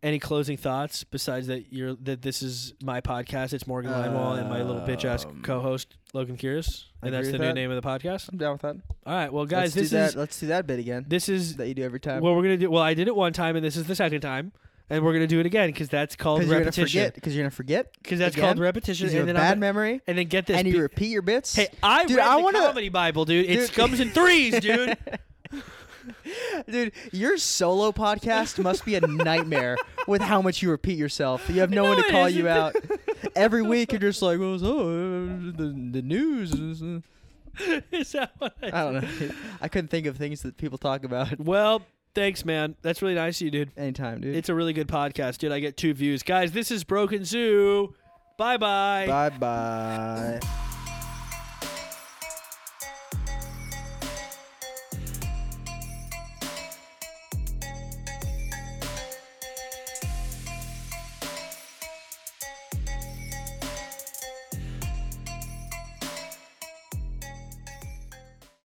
Speaker 1: Any closing thoughts besides that you're that this is my podcast, it's Morgan Linewall and my little bitch ass
Speaker 2: Um,
Speaker 1: co host Logan Curious.
Speaker 2: I
Speaker 1: And that's the
Speaker 2: agree with
Speaker 1: new
Speaker 2: that.
Speaker 1: name of the podcast.
Speaker 2: I'm down with that.
Speaker 1: All right. Well guys,
Speaker 2: let's
Speaker 1: this
Speaker 2: do that.
Speaker 1: is
Speaker 2: let's do that bit again.
Speaker 1: this is
Speaker 2: that you do every time.
Speaker 1: what we're gonna do well, I did it one time and this is the second time. And we're gonna do it again because that's called
Speaker 2: Because you're gonna
Speaker 1: repetition.
Speaker 2: forget. Because you're gonna forget.
Speaker 1: Because that's
Speaker 2: again?
Speaker 1: called repetition.
Speaker 2: 'Cause you
Speaker 1: And
Speaker 2: have a
Speaker 1: then,
Speaker 2: bad
Speaker 1: I'm-
Speaker 2: memory.
Speaker 1: and then get this.
Speaker 2: And
Speaker 1: be-
Speaker 2: you repeat your bits.
Speaker 1: hey, I
Speaker 2: Dude,
Speaker 1: read
Speaker 2: I
Speaker 1: the
Speaker 2: wanna-
Speaker 1: comedy Bible, dude. It
Speaker 2: Dude.
Speaker 1: comes in threes, dude.
Speaker 2: dude, your solo podcast must be a nightmare with how much you repeat yourself. You have no,
Speaker 1: No,
Speaker 2: one to
Speaker 1: it
Speaker 2: call
Speaker 1: isn't.
Speaker 2: you out. Every week you're just like, well, so, uh, the the news. is, uh."
Speaker 1: is that what I,
Speaker 2: I don't know. I couldn't think of things that people talk about
Speaker 1: Well, thanks, man. That's really nice of you, dude.
Speaker 2: anytime, dude.
Speaker 1: It's a really good podcast, dude. I get two views. Guys, this is Broken Zoo. Bye bye.
Speaker 2: bye bye.